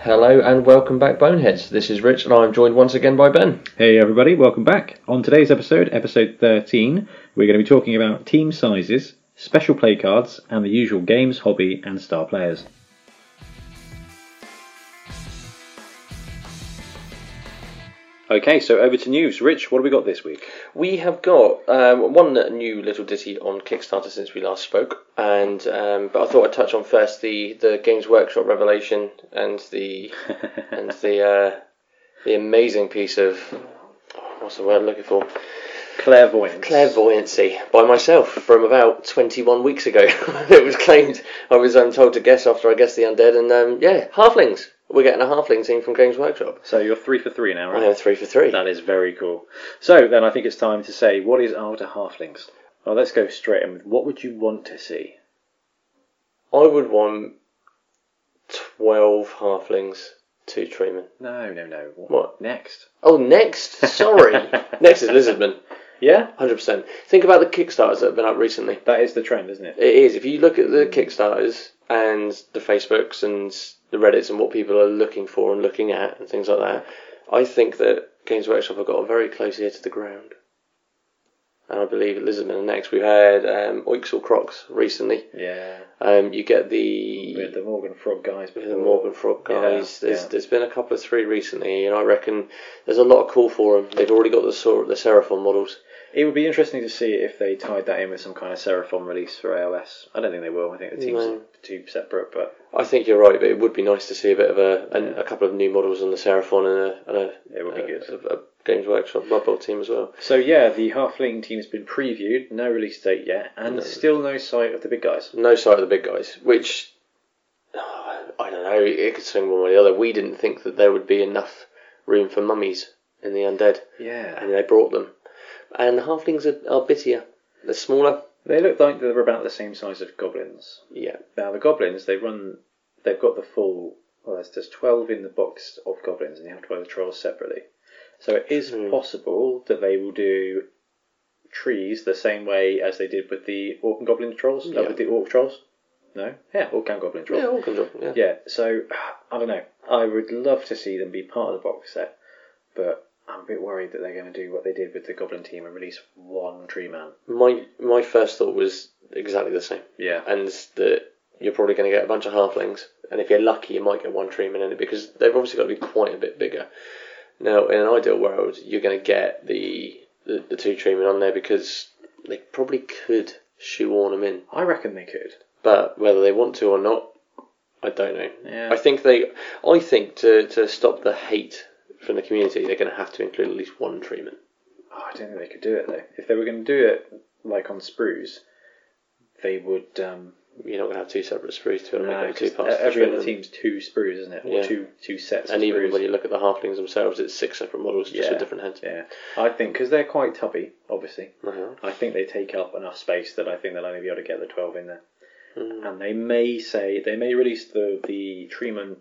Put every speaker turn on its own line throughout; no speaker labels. Hello and welcome back, Boneheads. This is Rich, and I'm joined once again by Ben.
Hey everybody, welcome back. On today's episode, episode 13, we're going to be talking about team sizes, special play cards, and the usual games, hobby, and star players. Okay, so over to news. Rich, what have we got this week?
We have got um, one new little ditty on Kickstarter since we last spoke, and um, but I thought I'd touch on first the, the Games Workshop revelation and the and the uh, the amazing piece of what's the word I'm looking for
Clairvoyance.
clairvoyancy by myself from about 21 weeks ago. it was claimed I was um, told to guess after I guessed the undead, and um, yeah, halflings. We're getting a halfling team from Games Workshop.
So you're three for three now,
I
right?
am three for three.
That is very cool. So then I think it's time to say, what is Arda Halflings? Well, let's go straight in. with What would you want to see?
I would want 12 halflings, two treemen.
No, no, no.
What?
Next.
Oh, next! Sorry! next is Lizardman,
Yeah?
100%. Think about the Kickstarters that have been up recently.
That is the trend, isn't it?
It is, if you look at the Kickstarters and the Facebooks and the Reddits and what people are looking for and looking at and things like that, I think that Games Workshop have got a very close ear to the ground. And I believe at Lizardman and next, we've had um, Oixel Crocs recently.
Yeah.
Um, you get the.
We had the Morgan Frog guys before.
the Morgan Frog
Yeah,
guys. there's
yeah.
there's been a couple of three recently, and I reckon there's a lot of call for them. They've already got the Sor- the Seraphon models.
It would be interesting to see if they tied that in with some kind of Seraphon release for ALS. I don't think they will. I think the teams
No.
are too separate, but
I think you're right, but it would be nice to see a bit of a an, a couple of new models on the Seraphon and a, and a
it would be
a,
good.
a- a Games Workshop Blood Bowl team as well.
So yeah, the Halfling team's been previewed, no release date yet, and
No.
still no sight of the big guys.
No sight of the big guys, which oh, I don't know. It could swing one way or the other. We didn't think that there would be enough room for mummies in the undead,
Yeah.
and they brought them. And the halflings are, are bittier. They're smaller.
They look like they're about the same size as goblins.
Yeah.
Now the goblins, they run, they've got the full. Well, there's, there's twelve in the box of goblins, and you have to buy the trolls separately. So it is
Hmm.
possible that they will do trees the same way as they did with the orc and goblin trolls, uh,
Yeah.
with the orc trolls. No, yeah, orc and goblin trolls.
Yeah, all kinds of yeah.
Yeah, so I don't know. I would love to see them be part of the box set, but I'm a bit worried that they're going to do what they did with the Goblin team and release one Tree Man.
My my first thought was exactly the same,
Yeah,
and that you're probably going to get a bunch of halflings, and if you're lucky, you might get one treeman in it because they've obviously got to be quite a bit bigger. Now, in an ideal world, you're going to get the the, the two treemen on there because they probably could shoehorn them in,
I reckon they could.
but whether they want to or not, I don't know.
Yeah,
I think they, I think to to stop the hate from the community, they're going to have to include at least one treeman.
Oh, I don't think they could do it though. If they were going to do it like on Sprues, they would. Um,
You're not going to have two separate sprues to it.
no,
you're gonna have two
'cause
parts to
every
treeman.
other team's two Sprues, isn't it? Or
Yeah.
two two sets.
And
of
even
Sprues.
when you look at the halflings themselves, it's six separate models just
Yeah.
with different heads.
yeah, I think because they're quite tubby, obviously.
Uh-huh.
I think they take up enough space that I think they'll only be able to get the twelve in there.
Hmm.
and they may say they may release the the treatment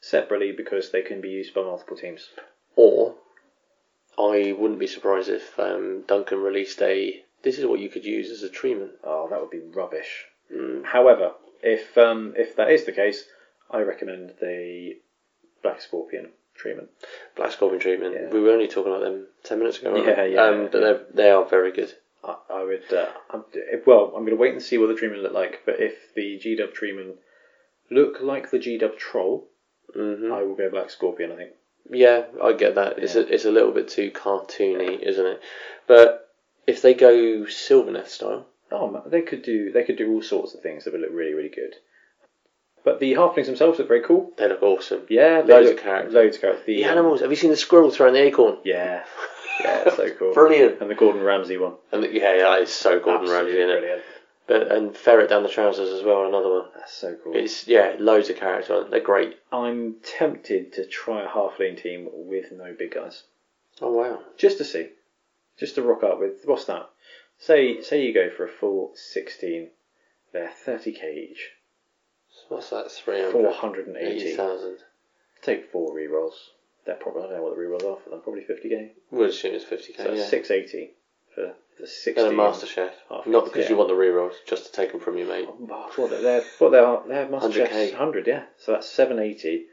separately because they can be used by multiple teams.
Or I wouldn't be surprised if um, Duncan released a. This is what you could use as a treatment.
Oh, that would be rubbish.
Mm.
However, if um, if that is the case, I recommend the Black Scorpion treatment.
Black scorpion treatment.
Yeah.
We were only talking about them ten minutes ago. Weren't
Yeah,
we?
yeah,
Um, but
yeah.
they're they are very good.
I, I would uh, I'm, if- well, I'm going to wait and see what the treatment look like. But if the G Dub treatment look like the G Dub troll,
hmm
I will go Black Scorpion. I think.
Yeah, I get that. It's
Yeah.
a, it's a little bit too cartoony, isn't it? But if they go Sylvaneth style,
Oh, ma- they could do they could do all sorts of things that would look really really good. But the halflings themselves look very cool.
they look awesome.
Yeah, they
Loads of
look-
characters.
Loads of characters.
The animals. Have you seen the squirrel throwing the acorn?
Yeah, yeah, it's so cool.
Brilliant.
And the Gordon Ramsay one.
And the- yeah, yeah, it's so Gordon
Absolutely
Ramsay in it.
brilliant.
But and ferret down the trousers as well. Another one.
That's so cool.
It's yeah, loads of character. aren't they? They're great.
I'm tempted to try a halfling team with no big guys,
Oh wow.
just to see, just to rock up with. What's that? Say, say you go for a full 16. They're 30 k each.
What's that? Three hundred
480.
eighty thousand.
Take four rerolls. They're probably I don't know what the rerolls are for them. Probably 50 k.
We'll assume it's fifty k.
So
yeah.
680 for the 16.
And a master chef.
Half
Not
it,
because
yeah.
you want the rerolls, just to take them from your mate.
Well, they're, they're, well, they're, they're
100K.
Masterchef's 100, yeah. So that's 780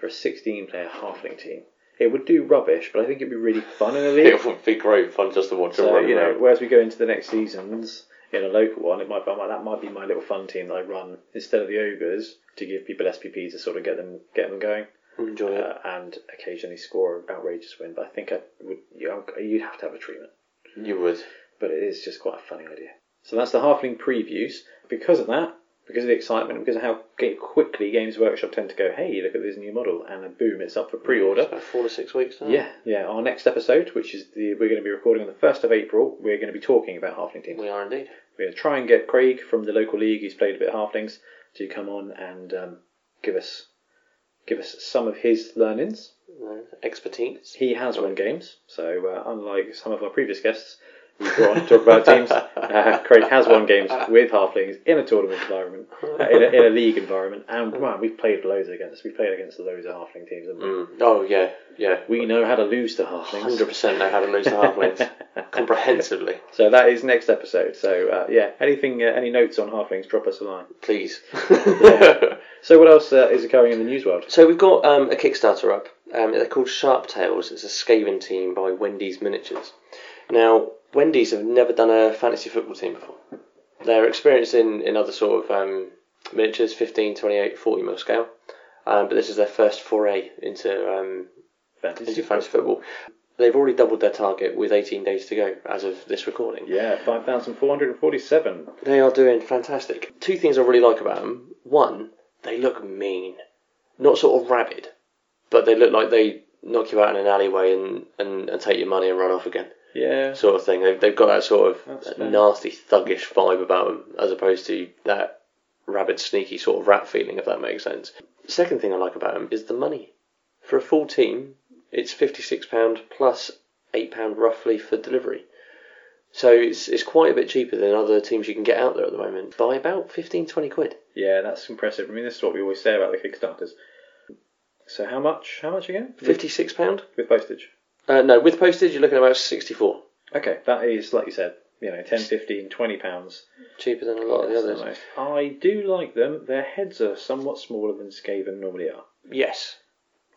for a 16 player halfling team. It would do rubbish, but I think it'd be really fun in a league.
It would be great fun just to watch them
So
run
you know,
around.
whereas we go into the next seasons in a local one, it might be my, that might be my little fun team that I run instead of the ogres to give people SPP to sort of get them get them going,
Enjoy it.
uh, and occasionally score an outrageous win. But I think I would you, you'd have to have a treatment,
You would.
but it is just quite a funny idea. So that's the halfling previews. Because of that, because of the excitement, because of how ga- quickly Games Workshop tend to go, hey, look at this new model, and then boom, it's up for
It's
pre-order.
about four to six weeks. isn't it?
Yeah, yeah. Our next episode, which is the we're going to be recording on the first of April, we're going to be talking about halfling teams.
We are indeed.
We're going to try and get Craig from the local league, who's played a bit of halflings, to come on and um, give us give us some of his learnings.
Uh, expertise.
He has won games, so uh, unlike some of our previous guests who brought on to talk about teams, uh, Craig has won games with halflings in a tournament environment, uh, in, a, in a league environment, and wow, we've played loads against. We've played against loads of halfling teams. haven't we?
Mm. Oh yeah, yeah.
We know how to lose to halflings.
Mm. Hundred percent know how to lose the halflings comprehensively.
So that is next episode. So uh, yeah, anything, uh, any notes on halflings, drop us a line.
Please.
So what else uh, is occurring in the news world?
So we've got um, a Kickstarter up. Um, they're called Sharp Tales. It's a Skaven team by Wendy's Miniatures. Now, Wendy's have never done a fantasy football team before. They're experienced in, in other sort of um, miniatures, 15, 28, 40 mil scale. Um, but this is their first foray into um, into fantasy football. They've already doubled their target with 18 days to go as of this recording.
Yeah, five thousand four hundred and forty-seven.
They are doing fantastic. Two things I really like about them. One, they look mean. Not sort of rabid, but they look like they knock you out in an alleyway and, and, and take your money and run off again,
Yeah,
sort of thing. They've, they've got that sort of
That's
that
fair.
nasty, thuggish vibe about them, as opposed to that rabid, sneaky sort of rat feeling, if that makes sense. Second thing I like about them is the money. For a full team, it's £56 plus £8 roughly for delivery. So it's it's quite a bit cheaper than other teams you can get out there at the moment by about 15, 20 quid.
yeah, that's impressive. I mean, this is what we always say about the kickstarters. So how much? How much again?
Fifty-six pound?
with postage.
Uh, no, with postage you're looking at about sixty-four.
Okay, that is like you said. You know, 10, 15, 20 pounds.
Cheaper than a lot of the
That's the
others.
most. I do like them. Their heads are somewhat smaller than Skaven normally are.
Yes,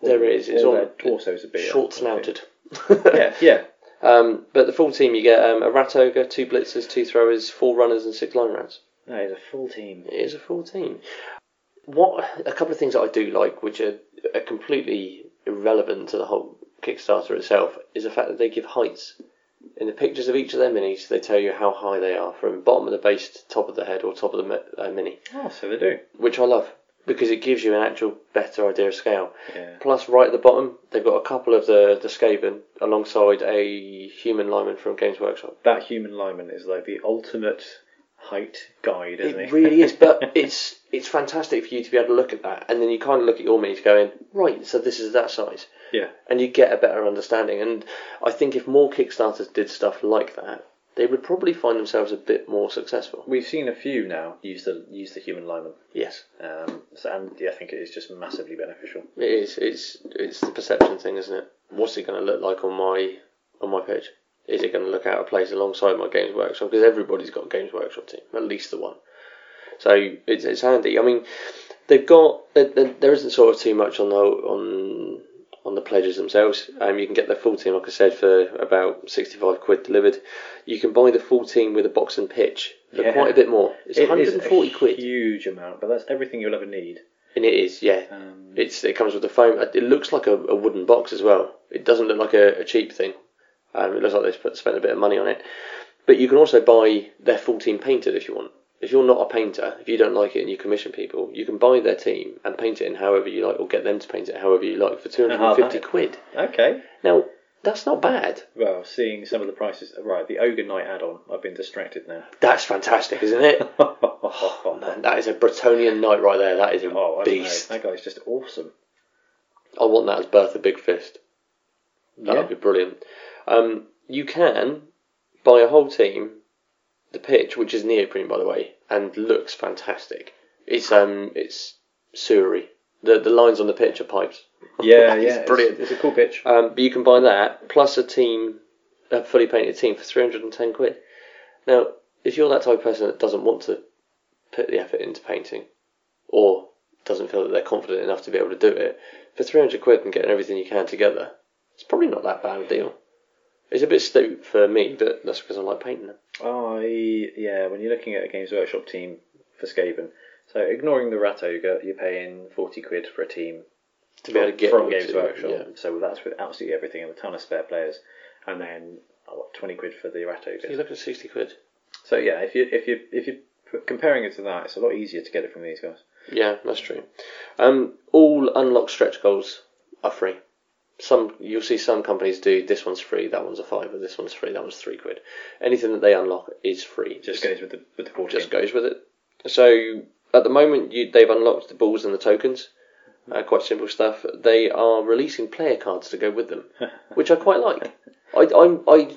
there is. It's
Or their
all
torsos a bit
short
I think.
snouted.
Yeah, yeah.
Um, but the full team you get um, a rat ogre, two blitzers, two throwers, four runners, and six line rats.
That is a full team.
It is a full team. What a couple of things that I do like, which are, are completely irrelevant to the whole Kickstarter itself, is the fact that they give heights. In the pictures of each of their minis, they tell you how high they are, from bottom of the base to top of the head or top of the mi- uh, mini,
Oh, so they do.
which I love because it gives you an actual better idea of scale.
Yeah.
Plus, right at the bottom, they've got a couple of the the Skaven alongside a human lineman from Games Workshop.
That human lineman is like the ultimate height guide, isn't
It really is, but it's it's fantastic for you to be able to look at that, and then you kind of look at your minis going, right, so this is that size,
yeah.
and you get a better understanding. And I think if more Kickstarters did stuff like that, they would probably find themselves a bit more successful.
We've seen a few now use the use the human lineman,
Yes,
um, so, and yeah, I think it is just massively beneficial.
it is. It's it's the perception thing, isn't it? What's it going to look like on my on my pitch? Is it going to look out of place alongside my Games Workshop? Because everybody's got a Games Workshop team, at least the one. So it's it's handy. I mean, they've got there- there there isn't sort of too much on the on on the pledges themselves. Um, you can get the full team, like I said, for about sixty five quid delivered. You can buy the full team with a box and pitch for
Yeah.
quite a bit more. It's
It
one hundred
is
and
a
forty quid,
huge amount, but that's everything you'll ever need.
and it is yeah.
Um,
It's it comes with the foam. Uh, It looks like a, a wooden box as well. It doesn't look like a, a cheap thing. Um, it looks like they've put- spent a bit of money on it. But you can also buy their full team painted if you want. If you're not a painter, if you don't like it and you commission people, you can buy their team and paint it in however you like, or get them to paint it however you like for two hundred
how
and fifty
about it?
quid.
okay.
Now that's not bad.
Well, seeing some of the prices, right? The ogre knight add-on. I've been distracted now.
That's fantastic, isn't it?
oh,
Man, that is a Bretonian knight right there. That is a
I don't know.
beast.
That guy's just awesome.
I want that as Bertha Big Fist. That
Yeah.
would be brilliant. Um, you can buy a whole team, the pitch, which is neoprene by the way, and looks fantastic. It's um, it's sewery. The the lines on the pitch are pipes.
Yeah,
He's
yeah, it's-
brilliant.
It's, a cool pitch.
Um, but you can buy that plus a team, a fully painted team for three hundred and ten quid. Now, if you're that type of person that doesn't want to put the effort into painting, or doesn't feel that they're confident enough to be able to do it, for 300 quid and getting everything you can together, it's probably not that bad a deal. It's a bit steep for me, but that's because I like painting them.
I yeah, when you're looking at a Games Workshop team for Skaven, so ignoring the Rat Ogre, you're paying forty quid for a team
To be able to get
from
them
Games
to-
Workshop.
yeah.
So that's with absolutely everything and a ton of spare players, and then oh, what twenty quid for the Rat Ogre.
So you look at 60 quid.
So yeah, if you if you if you are comparing it to that, it's a lot easier to get it from these guys.
Yeah, that's true. Um, all unlocked stretch goals are free. Some you'll see some companies do this one's free, that one's a fiver, this one's free, that one's three quid. Anything that they unlock is free.
Just goes with the with the core
just
team.
goes with it. So at the moment, you, they've unlocked the balls and the tokens. Uh, quite simple stuff. They are releasing player cards to go with them, which I quite like. I, I'm, I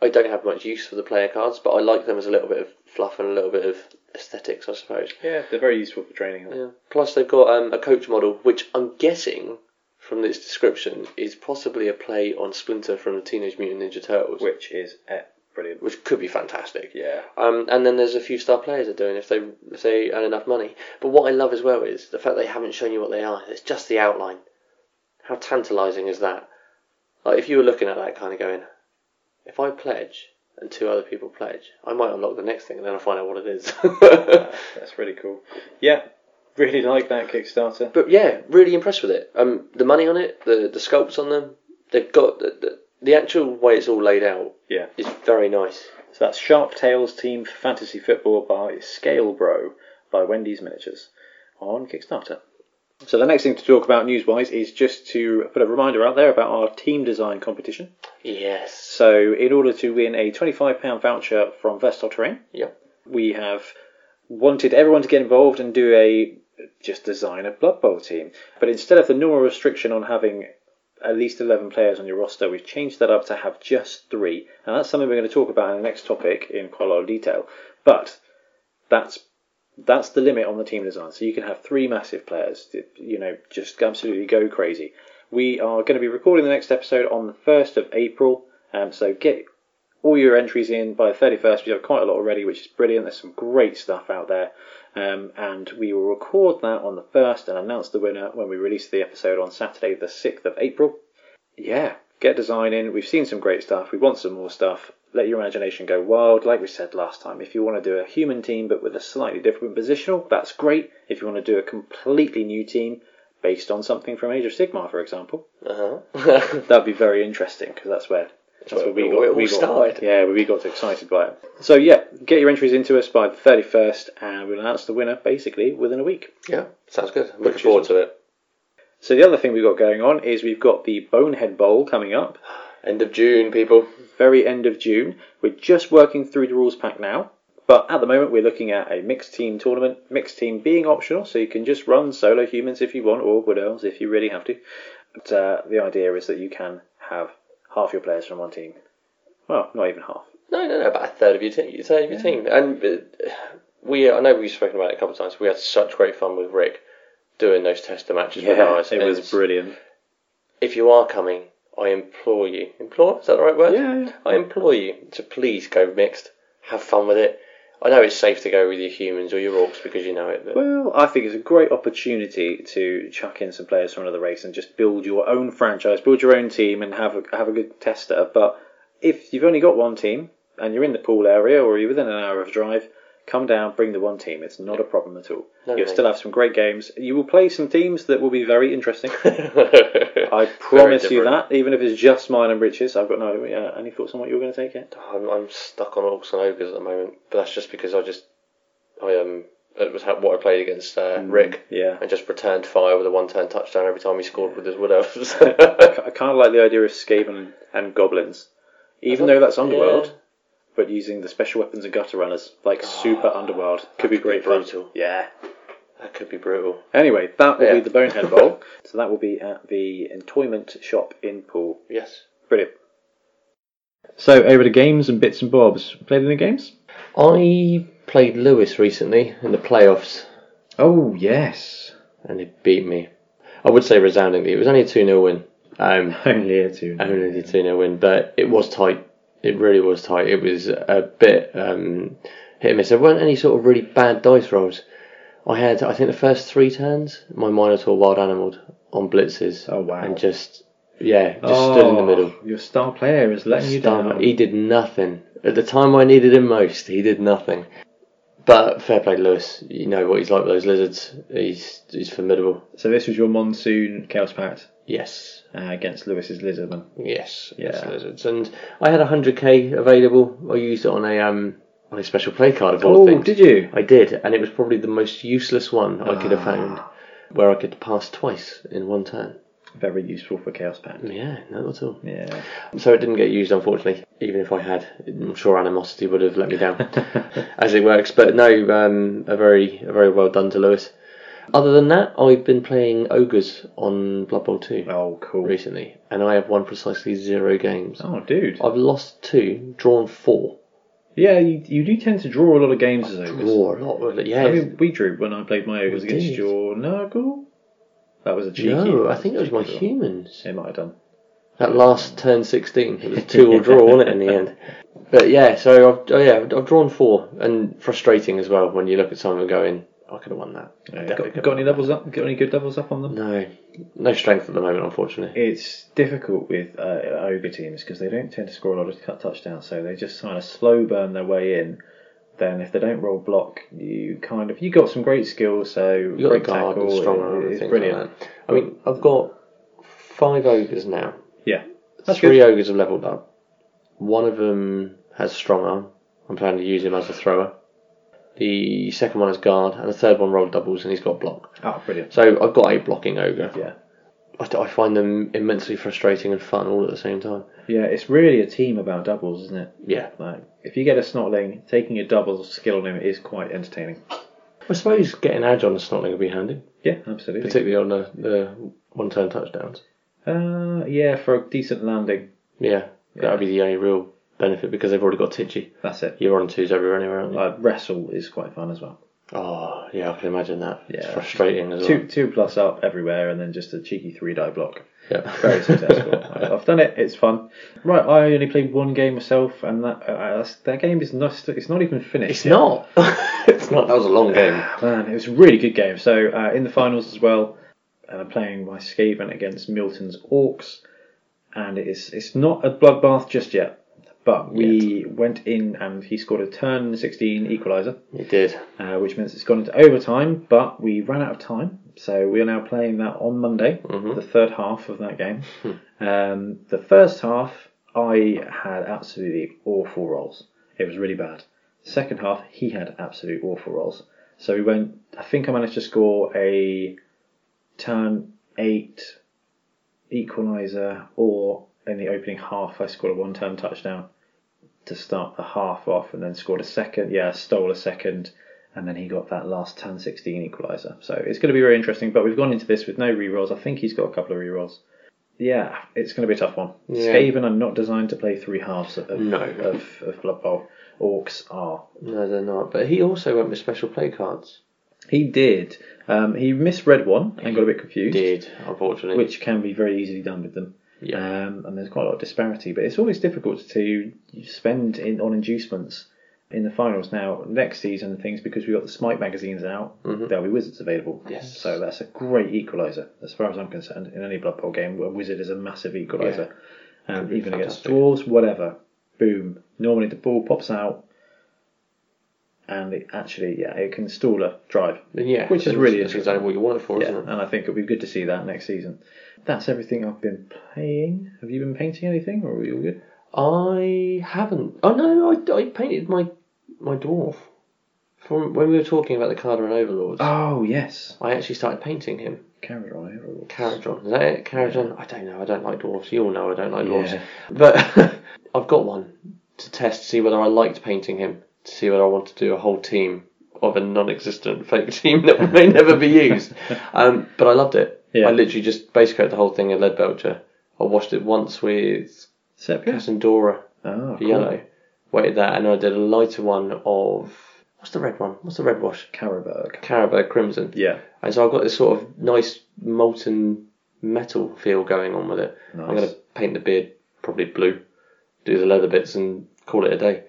I don't have much use for the player cards, but I like them as a little bit of fluff and a little bit of aesthetics, I suppose.
Yeah, they're very useful for training.
Yeah. Plus, they've got um, a coach model, which I'm guessing from this description is possibly a play on Splinter from the Teenage Mutant Ninja Turtles,
which is eh, brilliant.
which could be fantastic.
Yeah,
Um, and then there's a few star players are doing if they if they earn enough money. But what I love as well is the fact they haven't shown you what they are. It's just the outline. How tantalising is that? Like if you were looking at that kind of going, if I pledge and two other people pledge, I might unlock the next thing and then I find out what it is.
that's really cool. Yeah, really like that Kickstarter.
but yeah, really impressed with it. Um, the money on it, the the sculpts on them, they've got the, the, the actual way it's all laid out
Yeah,
is very nice.
so that's Sharp Tales Team Fantasy Football by Scale Bro by Wendy's Miniatures on Kickstarter. So the next thing to talk about news-wise is just to put a reminder out there about our team design competition.
Yes.
So in order to win a £25 voucher from Vestal Terrain,
Yep.
we have wanted everyone to get involved and do a just design a Blood Bowl team. But instead of the normal restriction on having at least 11 players on your roster, we've changed that up to have just three. And that's something we're going to talk about in the next topic in quite a lot of detail. But that's that's the limit on the team design. So you can have three massive players, you know, just absolutely go crazy. We are going to be recording the next episode on the 1st of April. Um, so get all your entries in by the 31st. We have quite a lot already, which is brilliant. There's some great stuff out there. Um, and we will record that on the 1st and announce the winner when we release the episode on Saturday, the 6th of April. Yeah, get design in. We've seen some great stuff. We want some more stuff. Let your imagination go wild. Like we said last time, if you want to do a human team but with a slightly different positional, that's great. If you want to do a completely new team based on something from Age of Sigmar, for example,
Uh huh.
that'd be very interesting because that's where that's where we
Where
got
it all
we Got,
started.
yeah, we got excited by it. So yeah, get your entries into us by the thirty first, and we'll announce the winner basically within a week.
Yeah, sounds good. I'm
Which
looking
is-
forward to it.
So the other thing we've got going on is we've got the Bonehead Bowl coming up,
End of June, people.
very end of June. We're just working through the rules pack now. But at the moment, we're looking at a mixed team tournament. Mixed team being optional, so you can just run solo humans if you want, or wood elves if you really have to. But uh, the idea is that you can have half your players from one team. Well, not even half.
No, no, no, about a third of your team. A third of your team, and uh, we. I know we've spoken about it a couple of times. We had such great fun with Rick doing those tester matches with ours.
it was
And
brilliant.
If you are coming, I implore you. Implore is that the right word?
Yeah, yeah.
I implore you to please go mixed. Have fun with it. I know it's safe to go with your humans or your orcs because you know it. But
Well, I think it's a great opportunity to chuck in some players from another race and just build your own franchise, build your own team, and have a, have a good tester. But if you've only got one team and you're in the pool area or you're within an hour of drive, come down, bring the one team. It's not a problem at all.
No,
You'll
no.
still have some great games. You will play some teams that will be very interesting. I
I
promise you that. Even if it's just mine and Rich's, I've got no. Uh, any thoughts on what you were going to take eh? it?
I'm, I'm stuck on orcs and ogres at the moment, but that's just because I just I um it was how, what I played against uh,
Mm.
Rick
Yeah.
and just returned fire with a one turn touchdown every time he scored with his wood elves.
I kind of like the idea of Skaven and goblins, even though that's underworld, but using the special weapons and gutter runners like super underworld Ah, could be great fun.
brutal.
Yeah.
That could be brutal.
Anyway, that will be
Yeah.
the Bonehead Bowl. so that will be at the Entoyment Shop in Pool.
Yes.
Brilliant. So over to games and bits and bobs. Played any games?
I played Lewis recently in the playoffs
Oh yes.
and he beat me. I would say resoundingly. It was only a 2 0 win. Um,
Only a two.
only a 2 0 win, but it was tight. It really was tight. It was a bit um, hit and miss. There weren't any sort of really bad dice rolls. I had, I think, the first three turns, my Minotaur wild animaled on blitzes.
Oh, wow.
And just, yeah, just stood in the middle.
Oh, Your star player is letting you
Star-
down.
He did nothing. At the time I needed him most, he did nothing. But fair play, Lewis. You know what he's like with those lizards. He's he's formidable.
So this was your monsoon chaos pact
Yes,
uh, against Lewis's lizardman.
yes, yes,
Yeah.
lizards. And I had hundred k available. I used it on a um on a special play card of all
Oh,
things.
did you?
I did, and it was probably the most useless one I
Ah.
could have found, where I could pass twice in one turn.
Very useful for chaos pact.
Yeah, not at all.
Yeah.
So it didn't get used, unfortunately. Even if I had, I'm sure animosity would have let me down, as it works. But no, um, a very, a very well done to Lewis. Other than that, I've been playing ogres on Blood Bowl 2
Oh, cool.
recently, and I have won precisely zero games.
Oh, dude.
I've lost two, drawn four.
Yeah, you, you do tend to draw a lot of games as ogres.
Draw a lot, really. yeah.
I mean, we drew when I played my ogres
We
against
did.
your Nurgle. That was a cheeky.
no, I think it was my
cheeky draw.
humans.
It might have done.
That last turn 16, it was two all draw, wasn't it, in the end? But yeah, so I've, oh yeah, I've drawn four, and frustrating as well when you look at someone going, I could have won that. I
Yeah,
definitely
got,
could
got
have won
any levels up? Got any good levels up on them?
that. No, no strength at the moment, unfortunately.
It's difficult with uh, ogre teams because they don't tend to score a lot of cut touchdowns, so they just kind of slow burn their way in. Then if they don't roll block, you kind of you got some great skills. So
You got
great
the guard and
tackle,
strong
it-
arm and
it's
things
brilliant.
like that. I mean, I've got five ogres now.
Yeah, that's
Three
good.
ogres have leveled up. One of them has strong arm. I'm planning to use him as a thrower. The second one has guard, and the third one rolled doubles, and he's got block.
Oh, brilliant.
So I've got a blocking ogre.
Yeah,
I, I find them immensely frustrating and fun all at the same time.
yeah. It's really a team about doubles, isn't it?
Yeah.
Like if you get a snotling, taking a double skill on him is quite entertaining.
I suppose getting edge on a snotling would be handy,
Yeah, absolutely.
particularly on the, the one turn touchdowns.
Uh, yeah, for a decent landing,
Yeah, that
Yeah.
would be the only real benefit because they've already got Titchy.
that's it.
You're on twos everywhere anyway, aren't you?
Uh, wrestle is quite fun as well.
Oh, yeah, I can imagine that. It's
Yeah.
frustrating as well.
Two two plus up everywhere, and then just a cheeky three die block.
Yeah.
very successful. I- I've done it. It's fun. Right, I only played one game myself, and that uh, that's, that game is not. It's not even finished.
It's
yet.
not. it's not. That was a long game.
Man, it was a really good game. So uh, in the finals as well, and I'm playing my Skaven against Milton's Orcs, and it is it's not a bloodbath just yet. But we went in and he scored a turn 16 equaliser,
It did.
uh, which means it's gone into overtime. But we ran out of time, so we are now playing that on Monday, the third half of that game. Um, the first half, I had absolutely awful rolls. It was really bad. Second half, he had absolute awful rolls. So we went. I think I managed to score a turn eight equaliser, or in the opening half, I scored a one-turn touchdown to start the half off, and then scored a second. Yeah, stole a second, and then he got that last turn sixteen equaliser. So it's going to be very interesting. But we've gone into this with no re-rolls. I think he's got a couple of re-rolls. Yeah, it's going to be a tough one.
Yeah.
Skaven are not designed to play three halves of, of,
No.
of, of Blood Bowl. Orcs are.
No, they're not. But he also went with special play cards.
He did. Um, he misread one and got a bit confused,
Did, unfortunately.
which can be very easily done with them.
yeah.
Um, and there's quite a lot of disparity, but it's always difficult to spend in, on inducements in the finals. Now, next season and things, because we've got the Smite magazines out, there'll be Wizards available.
Mm-hmm. Yes.
So that's a great equaliser, as far as I'm concerned, in any Blood Bowl game. A Wizard is a massive equaliser. Um,
be
even against
fantastic.
dwarves, whatever. Boom. Normally the ball pops out, and it actually, yeah, it can stall a drive.
yeah.
which is
that's-
really
that's exactly what you want it for,
Yeah,
isn't it?
and I think it'll be good to see that next season. That's everything I've been playing. Have you been painting anything, or are you all good?
I haven't. Oh no, I, I painted my my dwarf. From when we were talking about the Carter and Overlords,
Oh yes,
I actually started painting him.
carrot on overall.
Caradron, is that it? Caradron. I don't know. I don't like dwarfs. You all know I don't like dwarfs.
Yeah.
But I've got one to test to see whether I liked painting him. To see whether I want to do a whole team of a non-existent fake team that may never be used. Um, but I loved it.
Yeah.
I literally just base coat the whole thing in lead belcher. I washed it once with
Sepia.
Cassandora
Oh, cool.
yellow. Waited that, and I did a lighter one of what's the red one? What's the red wash?
Carabog.
Caribou crimson.
Yeah.
And so I've got this sort of nice molten metal feel going on with it. I'm
Nice.
going to paint the beard probably blue, do the leather bits, and call it a day.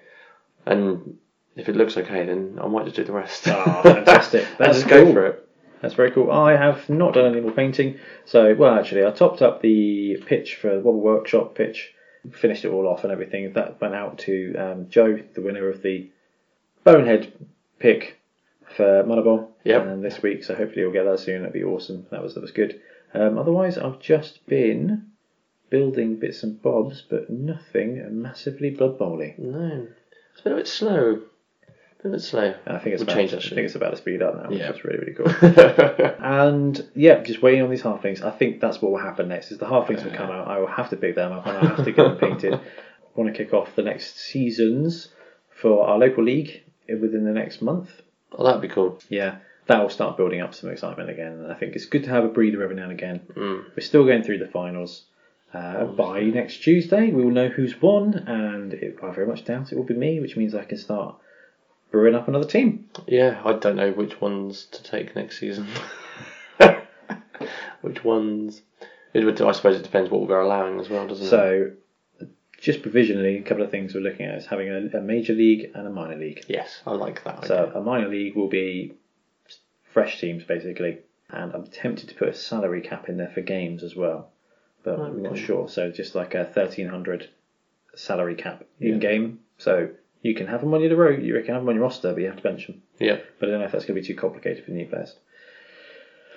And If it looks okay, then I might just do the rest.
Ah, fantastic.
Let's
That's
just go
cool.
for it.
That's very cool. I have not done any more painting. So, well, actually, I topped up the pitch for Wobble Workshop pitch, finished it all off and everything. That went out to um, Joe, the winner of the Bonehead pick for Moneyball
Yep.
um, this week. So, hopefully, you'll get that soon. That'd be awesome. That was that was good. Um, otherwise, I've just been building bits and bobs, but nothing massively blood bowling.
No, it's been a bit slow. Been a bit slow.
And I think it's
We'll
about,
change
I
that soon.
think it's about to speed up now, which
Yeah.
is really really cool. And yeah, just waiting on these halflings. I think that's what will happen next. Is the halflings will
Uh.
come out. I will have to pick them up and I will have to get them painted. I want to kick off the next seasons for our local league within the next month.
oh, that'd be cool.
Yeah, that will start building up some excitement again. And I think it's good to have a breather every now and again.
Mm.
We're still going through the finals. Uh, by next Tuesday, we will know who's won, and it, I very much doubt it will be me, which means I can start brewing up another team.
Yeah, I don't know which ones to take next season. which ones? It would, I suppose it depends what we're allowing as well, doesn't it?
So, just provisionally, a couple of things we're looking at is having a, a major league and a minor league.
Yes, I like that. idea.
So, a minor league will be fresh teams basically, and I'm tempted to put a salary cap in there for games as well, but I'm not
Okay.
sure. So, just like a 1300 salary cap
Yeah.
in game. So, you can have them on your row, you can have them on your roster, but you have to bench them.
yeah,
But I don't know if that's going to be too complicated for new players.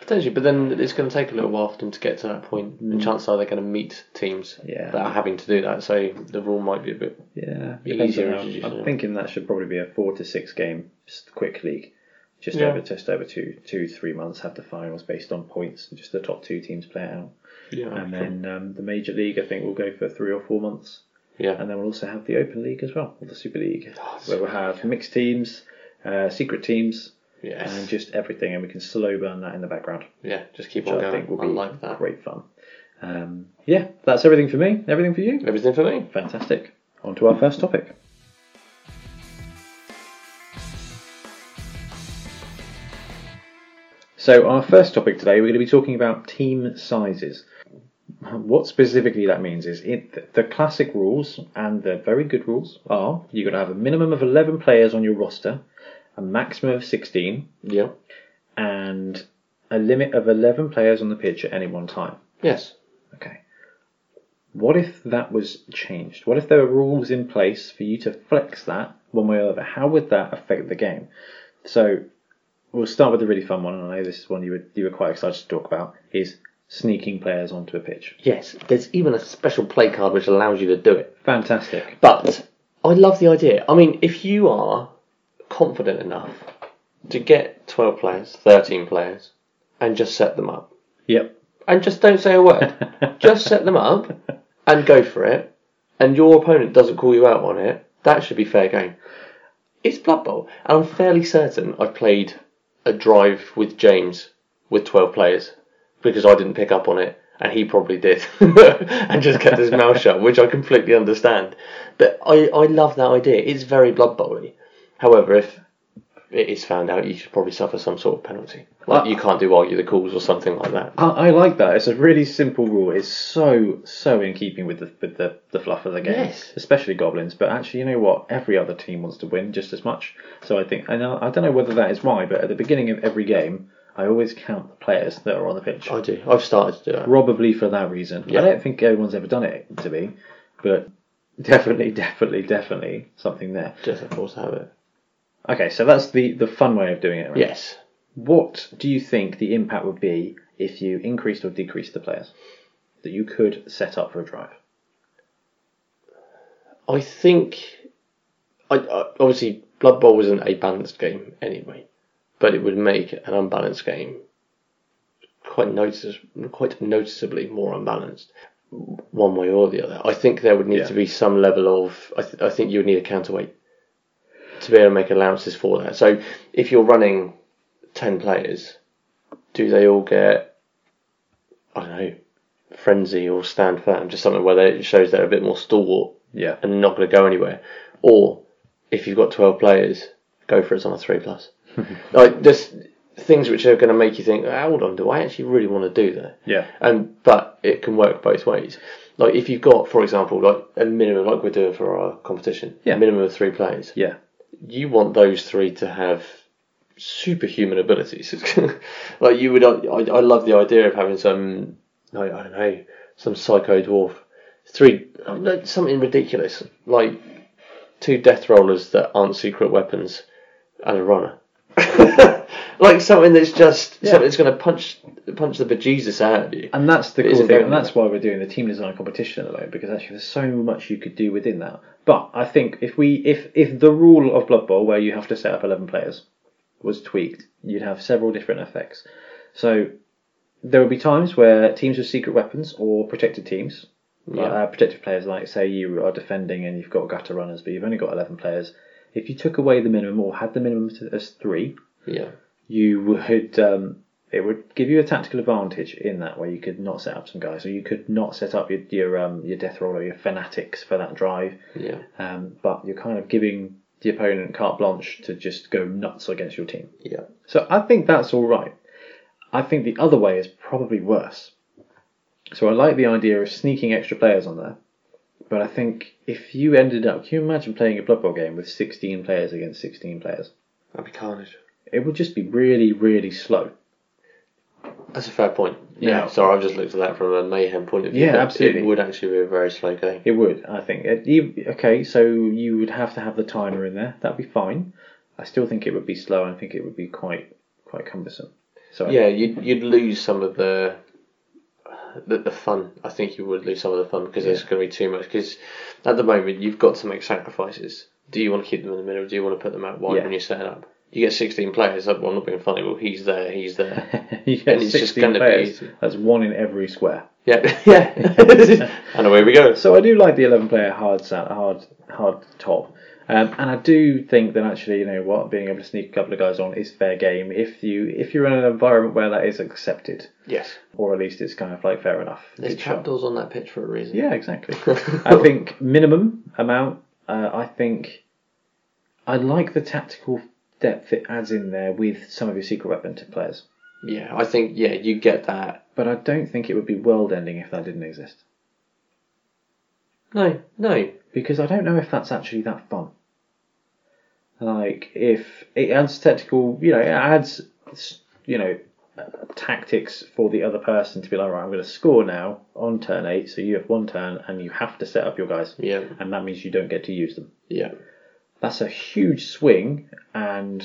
potentially. But then it's going to take a little while for them to get to that point. And chances are they're going to meet teams
Yeah.
that are having to do that. So the rule might be a bit.
Yeah,
Be
depends on
easier
how-
introducing
I'm
them.
thinking that should probably be a four to six game s- quick league, just
Yeah.
over just over two two three months. Have the finals based on points, and just the top two teams play it out,
Yeah.
and then um, the major league I think will go for three or four months,
yeah.
and then we'll also have the open league as well, or the super league,
Oh, the
where we'll
Super
have mixed teams, uh, secret teams,
Yes.
and just everything, and we can slow burn that in the background,
yeah. Just keep
which
on
I
going.
think will
I
be
like that.
great fun. Um, yeah, that's everything for me. Everything for you.
Everything for me.
Fantastic. On to our first topic. So, our first topic today, we're going to be talking about team sizes. What specifically that means is it, the classic rules and the very good rules are you've got to have a minimum of 11 players on your roster, a maximum of 16,
Yeah.
and a limit of 11 players on the pitch at any one time.
Yes.
Okay. What if that was changed? What if there were rules in place for you to flex that one way or the other? How would that affect the game? So we'll start with a really fun one, and I know this is one you were you were quite excited to talk about, is sneaking players onto a pitch.
Yes. There's even a special play card which allows you to do it.
Fantastic.
But I love the idea. I mean, if you are confident enough to get 12 players, 13 players, and just set them up,
Yep.
and just don't say a word, just set them up and go for it, and your opponent doesn't call you out on it, that should be fair game. It's Blood Bowl, and I'm fairly certain I played a drive with James with 12 players because I didn't pick up on it, and he probably did, and just kept his mouth shut, which I completely understand. But I, I love that idea. It's very Blood Bowly. However, if it is found out, you should probably suffer some sort of penalty. Like you can't do argue the calls or something like that.
I, I like that. It's a really simple rule. It's so so in keeping with the with the, the fluff of the game,
Yes.
especially goblins. But actually, you know what? Every other team wants to win just as much. So I think, and I, I don't know whether that is why, but at the beginning of every game, I always count the players that are on the pitch.
I do. I've started to do that.
Probably for that reason.
Yeah.
I don't think everyone's ever done it to me, but definitely, definitely, definitely something there.
Just a force habit.
Okay, so that's the the fun way of doing it. Right?
Yes.
What do you think the impact would be if you increased or decreased the players that you could set up for a drive?
I think. I, I obviously Blood Bowl wasn't a balanced game anyway, but it would make an unbalanced game quite notice quite noticeably more unbalanced, one way or the other. I think there would need
Yeah.
to be some level of. I, th- I think you would need a counterweight to be able to make allowances for that. So if you're running ten players, do they all get? I don't know. Frenzy or stand firm, just something where they- it shows they're a bit more stalwart
Yeah.
and not going to go anywhere. Or if you've got 12 players, go for it on a 3 plus. like there's things which are going to make you think, "Ah, hold on, do I actually really want to do that?
Yeah.
And but it can work both ways. Like if you've got, for example, like a minimum, like we're doing for our competition,
Yeah.
a minimum of three players,
Yeah.
you want those three to have superhuman abilities. like you would, I, I love the idea of having some, I, I don't know, some psycho dwarf, three, I don't know, something ridiculous, like two death rollers that aren't secret weapons, and a runner. like something that's just
Yeah.
something that's going to punch punch the bejesus out of you.
And that's the
It
cool
isn't
thing,
very
and
much.
that's why we're doing the team design competition at the moment because actually there's so much you could do within that. But I think if we, if if the rule of Blood Bowl where you have to set up eleven players was tweaked, you'd have several different effects. So there would be times where teams with secret weapons or protected teams, like,
Yeah.
uh, protected players, like say you are defending and you've got gutter runners, but you've only got eleven players. If you took away the minimum or had the minimum to- as three,
Yeah,
you would um, it would give you a tactical advantage in that way. You could not set up some guys, or you could not set up your your um, your death roll or your fanatics for that drive.
yeah,
Um, but you're kind of giving the opponent carte blanche to just go nuts against your team.
yeah.
So I think that's all right. I think the other way is probably worse. So I like the idea of sneaking extra players on there. But I think if you ended up, can you imagine playing a Blood Bowl game with 16 players against 16 players?
That'd be carnage.
It would just be really, really slow.
That's a fair point. Yeah.
Now-
Sorry, I've just looked at that from a mayhem point of view.
Yeah,
but
absolutely.
It would actually be a very slow game.
It would, I think. It, you, okay, so you would have to have the timer in there. That'd be fine. I still think it would be slow. and I think it would be quite quite cumbersome. So
Yeah, you'd you'd lose some of the the, the fun. I think you would lose some of the fun because there's going to be too much. Because at the moment you've got to make sacrifices. Do you want to keep them in the middle? Do you want to put them out wide
Yeah.
when you set it up? You get 16 players. That well, I'm not being funny. Well, he's there. He's there.
you get
And it's just
16
gonna be
players.
easy.
That's one in every square.
yeah, yeah. and away we go.
So I do like the eleven player hard sat, hard hard top. Um, and I do think that actually, you know what, being able to sneak a couple of guys on is fair game if you if you're in an environment where that is accepted,
Yes.
or at least it's kind of like fair enough.
There's
Good shot.
trapdoors on that pitch for a reason.
Yeah, exactly. I think minimum amount. Uh, I think I like the tactical depth it adds in there with some of your secret weapon to players,
Yeah, I think yeah you get that.
but I don't think it would be world ending if that didn't exist
No, no.
because I don't know if that's actually that fun. Like if it adds tactical, you know, it adds you know tactics for the other person to be like, right, I'm going to score now on turn eight, so you have one turn and you have to set up your guys,
Yeah,
and that means you don't get to use them.
yeah.
that's a huge swing and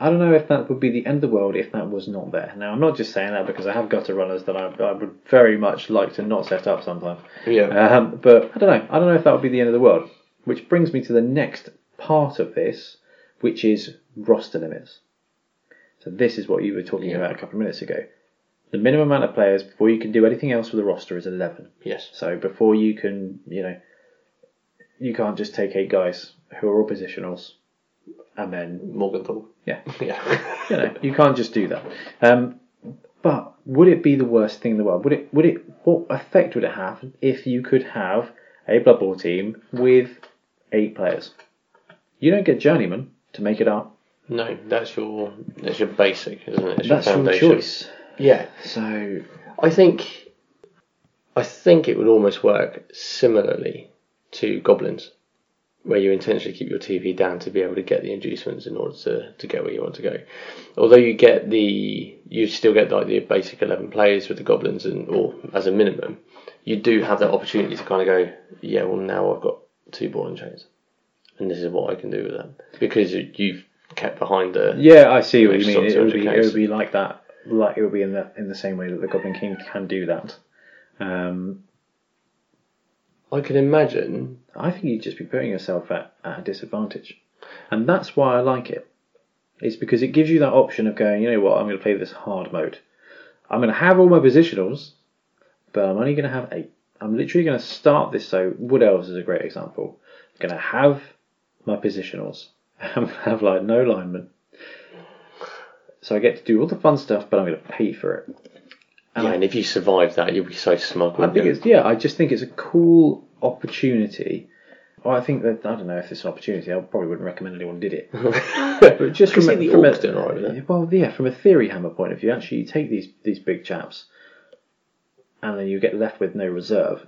I don't know if that would be the end of the world if that was not there. Now I'm not just saying that because I have gutter runners that I, I would very much like to not set up sometimes.
Yeah.
Um, but I don't know. I don't know if that would be the end of the world. Which brings me to the next part of this, which is roster limits. So this is what you were talking
Yeah.
about a couple of minutes ago. The minimum amount of players before you can do anything else with the roster is eleven.
yes.
So before you can, you know, you can't just take eight guys who are all positionals, and then
Morgenthau.
Yeah.
Yeah.
you know you can't just do that. Um, but would it be the worst thing in the world? Would it? Would it? What effect would it have if you could have a blood bowl team with eight players? You don't get journeyman to make it up.
No, that's your that's your basic, isn't it? It's
That's your
foundation.
choice.
Yeah,
So
I think I think it would almost work similarly to goblins, where you intentionally keep your TP down to be able to get the inducements in order to, to get where you want to go. Although you get the you still get like the basic eleven players with the goblins and or as a minimum, you do have that opportunity to kind of go, yeah, well now I've got two ball and chains, and this is what I can do with that because you- you've kept behind the
Yeah, I see what
Which
you mean.
sorts
It
of
would be it
education.
would be like that. Like it would be in the in the same way that the Goblin King can do that. Um,
I can imagine.
I think you'd just be putting yourself at, at a disadvantage, and that's why I like it. It's because it gives you that option of going. You know what? I'm going to play this hard mode. I'm going to have all my positionals, but I'm only going to have eight. I'm literally going to start this. So Wood Elves is a great example. I'm going to have my positionals. I'm going to have like no linemen. So I get to do all the fun stuff, but I'm going to pay for it. And
yeah,
I-
and if you survive that, you'll be so smug.
I
wouldn't
think
you?
it's yeah. I just think it's a cool opportunity. Well, I think that I don't know if it's an opportunity. I probably wouldn't recommend anyone did it. But just
Can
from, a,
see the
from a-
orcs doing alright with it.
well, yeah, from a theory hammer point of view, actually, you take these these big chaps, and then you get left with no reserve.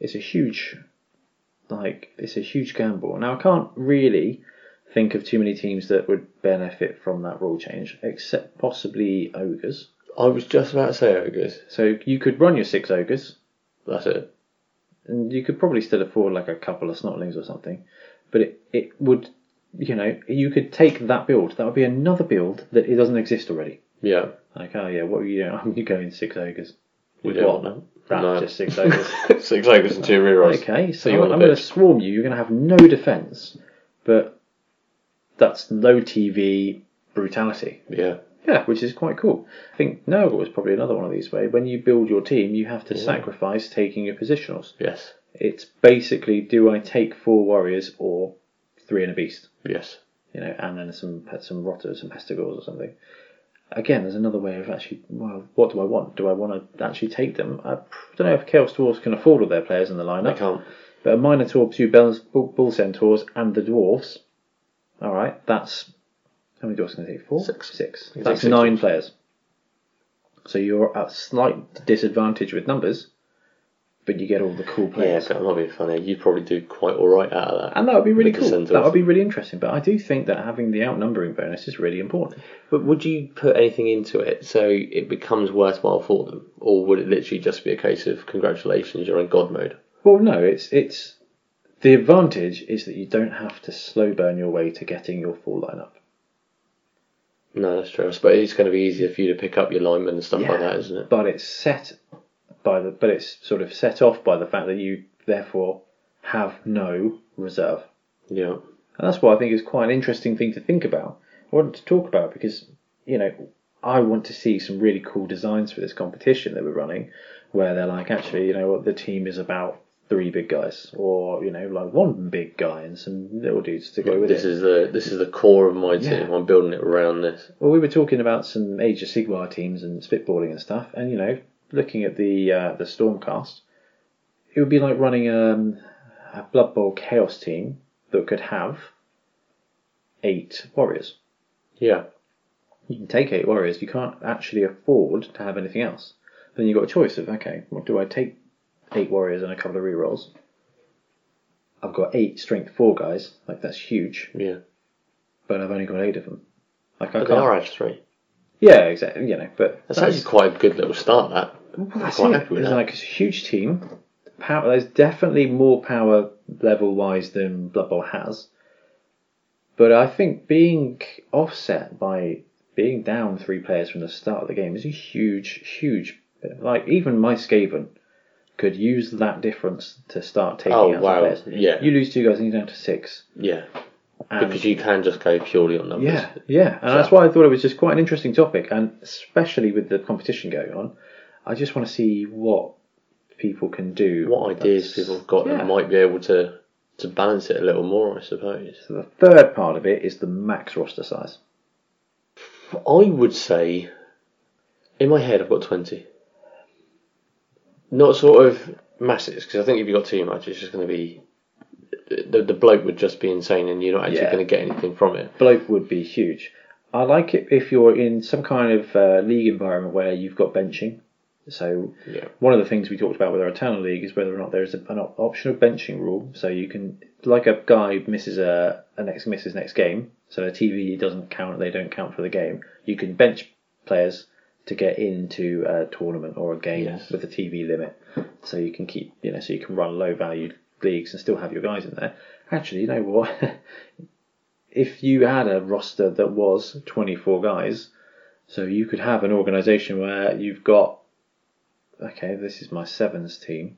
It's a huge, like, it's a huge gamble. Now I can't really think of too many teams that would benefit from that rule change, except possibly ogres.
I was just about to say ogres.
So you could run your six ogres,
That's it.
and you could probably still afford like a couple of snotlings or something, but it, it would, you know, you could take that build. That would be another build that it doesn't exist already.
Yeah.
Like, oh yeah, what are you doing? You're going six ogres.
We
With
don't
what?
want
That's
No.
just six ogres.
Six ogres and two rerolls.
Okay, so
you
I'm,
want a
I'm going to
pitch.
swarm you. You're going to have no defense, but that's low TV brutality.
Yeah.
Yeah, which is quite cool. I think Nurgle was probably another one of these where when you build your team, you have to sacrifice taking your positionals.
Yes.
It's basically do I take four warriors or three and a beast,
Yes.
you know, and then some some rotters, some pestigores or something. Again, there's another way of actually. Well, what do I want? Do I want to actually take them? I don't know if Chaos Dwarves can afford all their players in the lineup.
I can't.
But a Minotaur, two Bells, bull, bull Centaurs, and the Dwarfs. All right, that's how many dwarfs can I take? Four,
Six.
six.
can
That's
take six
nine players. So you're at slight disadvantage with numbers, but you get all the cool
Yeah,
players,
but I'm not being funny. You'd probably do quite all right out of that.
and that would be really
the
cool.
Centaurs.
That would be really interesting. But I do think that having the outnumbering bonus is really important.
But would you put anything into it so it becomes worthwhile for them, or would it literally just be a case of congratulations, you're in God mode?
Well, no, it's it's the advantage is that you don't have to slow burn your way to getting your full lineup.
No, that's true. But it's going to be easier for you to pick up your linemen and stuff
Yeah.
like that, isn't it?
But it's set by the but it's sort of set off by the fact that you therefore have no reserve.
Yeah.
And that's why I think it's quite an interesting thing to think about. I wanted to talk about because, you know, I want to see some really cool designs for this competition that we're running where they're like, actually, you know what, the team is about three big guys or, you know, like one big guy and some little dudes to go with
This
it.
is the this is the core of my team.
Yeah.
I'm building it around this.
Well, we were talking about some Age of Sigmar teams and spitballing and stuff, and you know, looking at the uh, the Stormcast, it would be like running um, a Blood Bowl Chaos team that could have eight warriors.
Yeah.
You can take eight warriors. You can't actually afford to have anything else. Then you've got a choice of okay, well, do I take eight warriors and a couple of rerolls? I've got eight strength four guys, like that's huge,
Yeah.
but I've only got eight of them. Like I
But
can't.
they are actually three.
Yeah, exactly. You know, but
That's actually quite a good little start. That.
That's
quite
it.
happy with
There's
that.
like a huge team. Power, there's definitely more power level wise than Blood Bowl has. But I think being offset by being down three players from the start of the game is a huge, huge. Like even my Skaven could use that difference to start taking
Oh,
out some
wow.
players.
Yeah.
You lose two guys and you're down to six.
Yeah.
And
Because you can just go purely on numbers.
yeah, yeah, and that's why I thought it was just quite an interesting topic, and especially with the competition going on, I just want to see what people can do.
What ideas
That's-
people have got
yeah.
that might be able to to balance it a little more, I suppose.
So the third part of it is the max roster size.
I would say, in my head, I've got 20. Not sort of masses, because I think if you've got too much, it's just going to be. The, the bloke would just be insane, and you're not actually
Yeah.
going to get anything from it.
Bloke would be huge. I like it if you're in some kind of uh, league environment where you've got benching. So
Yeah.
one of the things we talked about with our eternal league is whether or not there is a- an op- optional benching rule. So you can, like a guy misses a, a next misses next game, so a TV doesn't count. They don't count for the game. You can bench players to get into a tournament or a game
Yes.
with a TV limit. So you can keep, you know, so you can run low value leagues and still have your guys in there. Actually, you know what? if you had a roster that was 24 guys, so you could have an organisation where you've got, okay, this is my sevens team,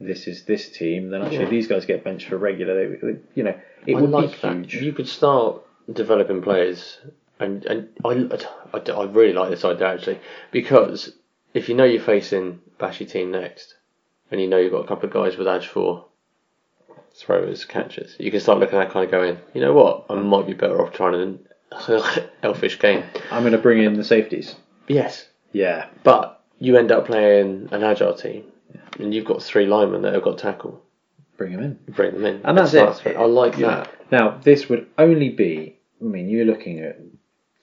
this is this team, then actually
Yeah.
these guys get benched for regular. They, they- you know, it
I
would
like
be
that.
huge.
You could start developing players, and, and I, I, I really like this idea actually, because if you know you're facing Bashi team next, and you know you've got a couple of guys with edge for throwers, catchers, you can start looking at that kind of going, you know what, I might be better off trying an elfish game.
I'm going to bring in the safeties.
Yes,
Yeah,
but you end up playing an agile team, and you've got three linemen that have got tackle.
bring them in.
Bring them in,
And that's
start-
it.
I like that.
Now, this would only be, I mean, you're looking at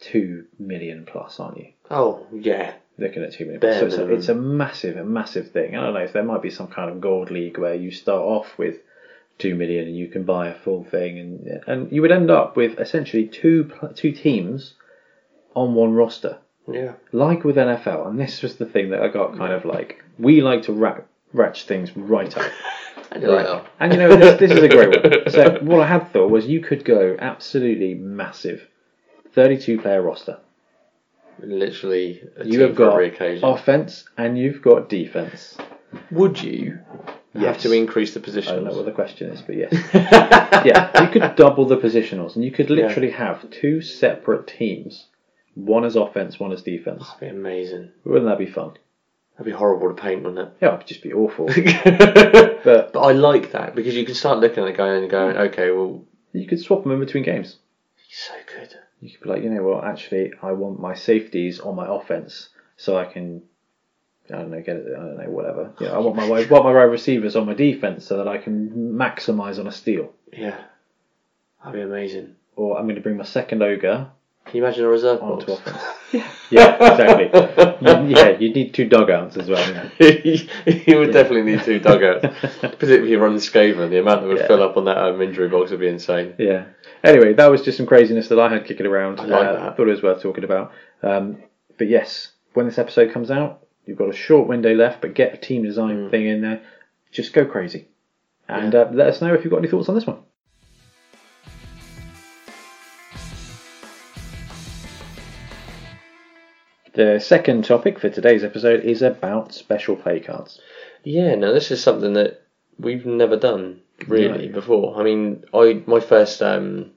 2 million plus, aren't you?
Oh yeah,
looking at two minutes.
Bare
So it's a,
minimum.
it's a massive, a massive thing. I don't know if there might be some kind of gold league where you start off with two million, and you can buy a full thing, and and you would end up with essentially two pl- two teams on one roster,
Yeah.
like with NFL. And this was the thing that I got kind of like we like to rat ratchet things right up.
And you're like, oh,
And you know, this, this is a great one. So, what I had thought was you could go absolutely massive 32 player roster.
literally, a
You
team
have
for
got
every occasion.
offense and you've got defense.
Would you
Yes.
have to increase the
I don't know
positions?
what the question is, but yes. yeah, you could double the positionals and you could literally have two separate teams one as offense, one as defense.
That'd be amazing.
Wouldn't that be fun?
That'd be horrible to paint, wouldn't it?
Yeah, it would just be awful.
but
But-
I like that because you can start looking at it going and going, okay, well,
you could swap them in between games.
he's so good.
you could be like, you know, well, actually, I want my safeties on my offense, so I can, I don't know, get it, I don't know, whatever. You know, I want my wide, want my wide receivers on my defense, so that I can maximize on a steal.
Yeah, that'd be amazing.
Or I'm going to bring my second ogre
Can you imagine a reserve box?
onto offense. yeah, exactly. You- yeah, you'd need two dugouts as well. yeah.
you would definitely need two dugouts, particularly if you run Skaven. The amount that would
Yeah.
fill up on that um, injury box would be insane.
Yeah. Anyway, that was just some craziness that I had kicking around. I
like that.
Thought it was worth talking about. Um, but yes, when this episode comes out, you've got a short window left, but get a team design thing in there. Just go crazy. And uh, let us know if you've got any thoughts on this one. The second topic for today's episode is about special play cards.
Yeah, now this is something that we've never done really
No.
before. I mean, I my first um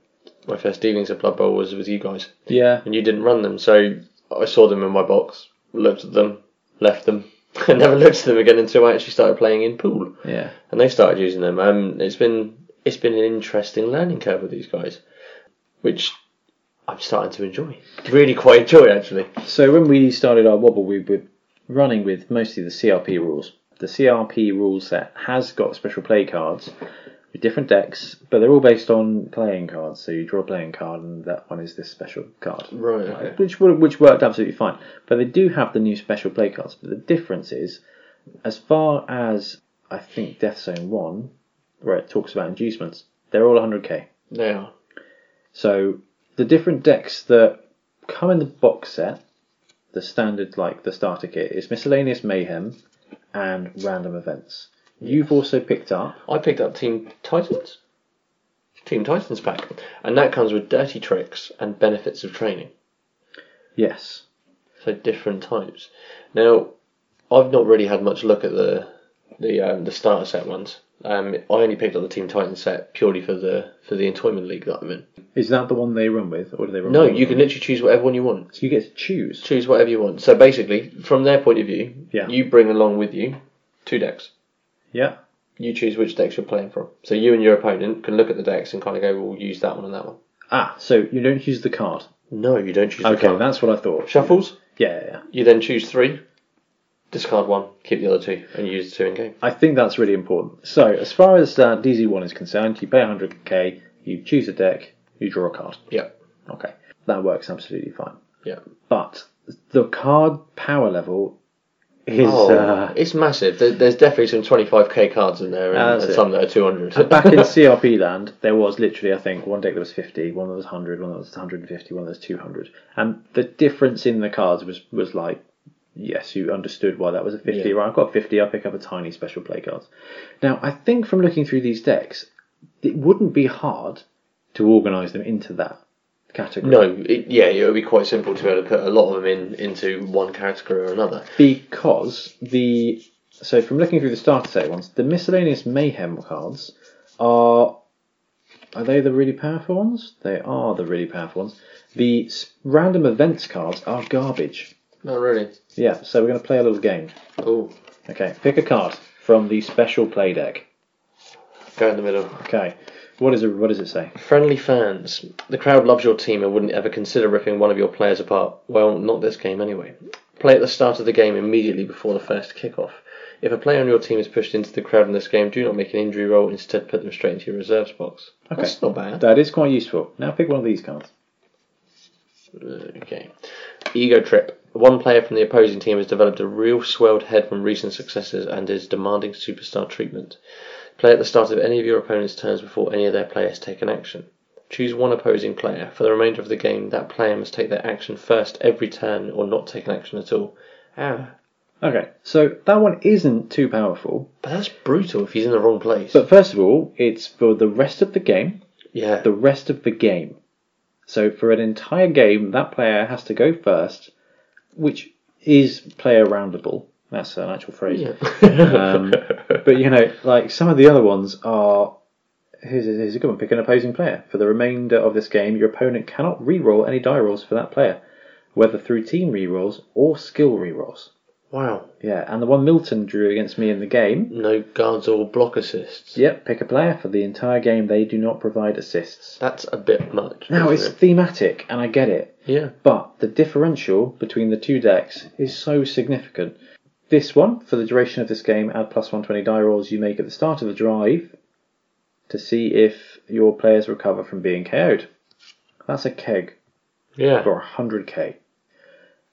my first dealings of Blood Bowl was with you guys,
Yeah.
and you didn't run them, so I saw them in my box, looked at them, left them, and never looked at them again until I actually started playing in pool.
Yeah.
and they started using them. Um, it's been it's been an interesting learning curve with these guys, which I'm starting to enjoy. Really quite enjoy actually.
So when we started our wobble, we were running with mostly the CRP rules. The CRP rule set has got special play cards with different decks, but they're all based on playing cards. So you draw a playing card, and that one is this special card,
Right. Okay.
which wo- which worked absolutely fine. But they do have the new special play cards. But the difference is, as far as I think Death Zone One, where it talks about inducements, they're all 100k.
They are.
So the different decks that come in the box set, the standard like the starter kit is miscellaneous mayhem and random events. You've also picked up
I picked up Team Titans. Team Titans pack, and that comes with dirty tricks and benefits of training.
yes.
So different types. Now, I've not really had much look at the the um, the starter set ones. Um, I only picked up the Team Titans set purely for the for the employment league that I'm in.
Is that the one they run with, or do they run?
No,
with
you can literally choose whatever one you want.
So you get to choose.
choose whatever you want. So basically, from their point of view,
Yeah.
you bring along with you two decks.
Yeah.
You choose which decks you're playing from. So you and your opponent can look at the decks and kind of go, "We'll use that one and that one."
Ah, so you don't use the card.
No, you don't choose.
Okay,
the card.
that's what I thought.
Shuffles.
Yeah, yeah, yeah.
You then choose three, discard one, keep the other two, and use the two in game.
I think that's really important. So as far as uh, DZ1 is concerned, you pay 100k, you choose a deck, you draw a card.
Yeah,
Okay, that works absolutely fine.
yeah.
but the card power level is
Oh,
uh,
it's massive. There, there's definitely some 25k cards in there, and,
That's
and
it.
some that are 200.
back in CRP land. There was literally, I think, one deck that was 50, one that was 100, one that was 150, one that was 200, and the difference in the cards was was like. Yes, you understood why that was a 50.
Yeah.
Right, I've got 50, I pick up a tiny special play cards. Now, I think from looking through these decks, it wouldn't be hard to organise them into that category.
no, it, yeah, it would be quite simple to be able to put a lot of them in into one category or another.
because the so from looking through the starter set ones, the miscellaneous mayhem cards are are they the really powerful ones? They are the really powerful ones. The s- random events cards are garbage.
Not really.
Yeah, so we're going to play a little game.
Oh,
Okay, pick a card from the special play deck.
go in the middle.
Okay, what is it? What does it say?
Friendly fans, the crowd loves your team and wouldn't ever consider ripping one of your players apart. Well, not this game anyway. Play at the start of the game immediately before the first kickoff. If a player on your team is pushed into the crowd in this game, do not make an injury roll. Instead, put them straight into your reserves box.
Okay.
That's not bad.
That is quite useful. Now pick one of these cards.
Uh, Okay. Ego trip. One player from the opposing team has developed a real swelled head from recent successes and is demanding superstar treatment. Play at the start of any of your opponent's turns before any of their players take an action. Choose one opposing player. For the remainder of the game, that player must take their action first every turn or not take an action at all. Ah,
Okay, so that one isn't too powerful.
but that's brutal if he's in the wrong place.
But first of all, it's for the rest of the game.
yeah,
The rest of the game. So for an entire game, that player has to go first, which is player roundable. That's an actual phrase.
yeah.
Um, but you know, like some of the other ones are. Here's, here's a good one. Pick an opposing player. For the remainder of this game, your opponent cannot reroll any die rolls for that player, whether through team rerolls or skill rerolls.
wow,
Yeah, and the one Milton drew against me in the game.
no guards or block assists.
Yep, pick a player. For the entire game, they do not provide assists.
That's a bit much.
Now, it's
isn't
thematic, and I get it.
it? yeah,
but the differential between the two decks is so significant. This one, for the duration of this game, add plus 120 die rolls you make at the start of the drive to see if your players recover from being KO'd. That's a keg
yeah.
or 100k.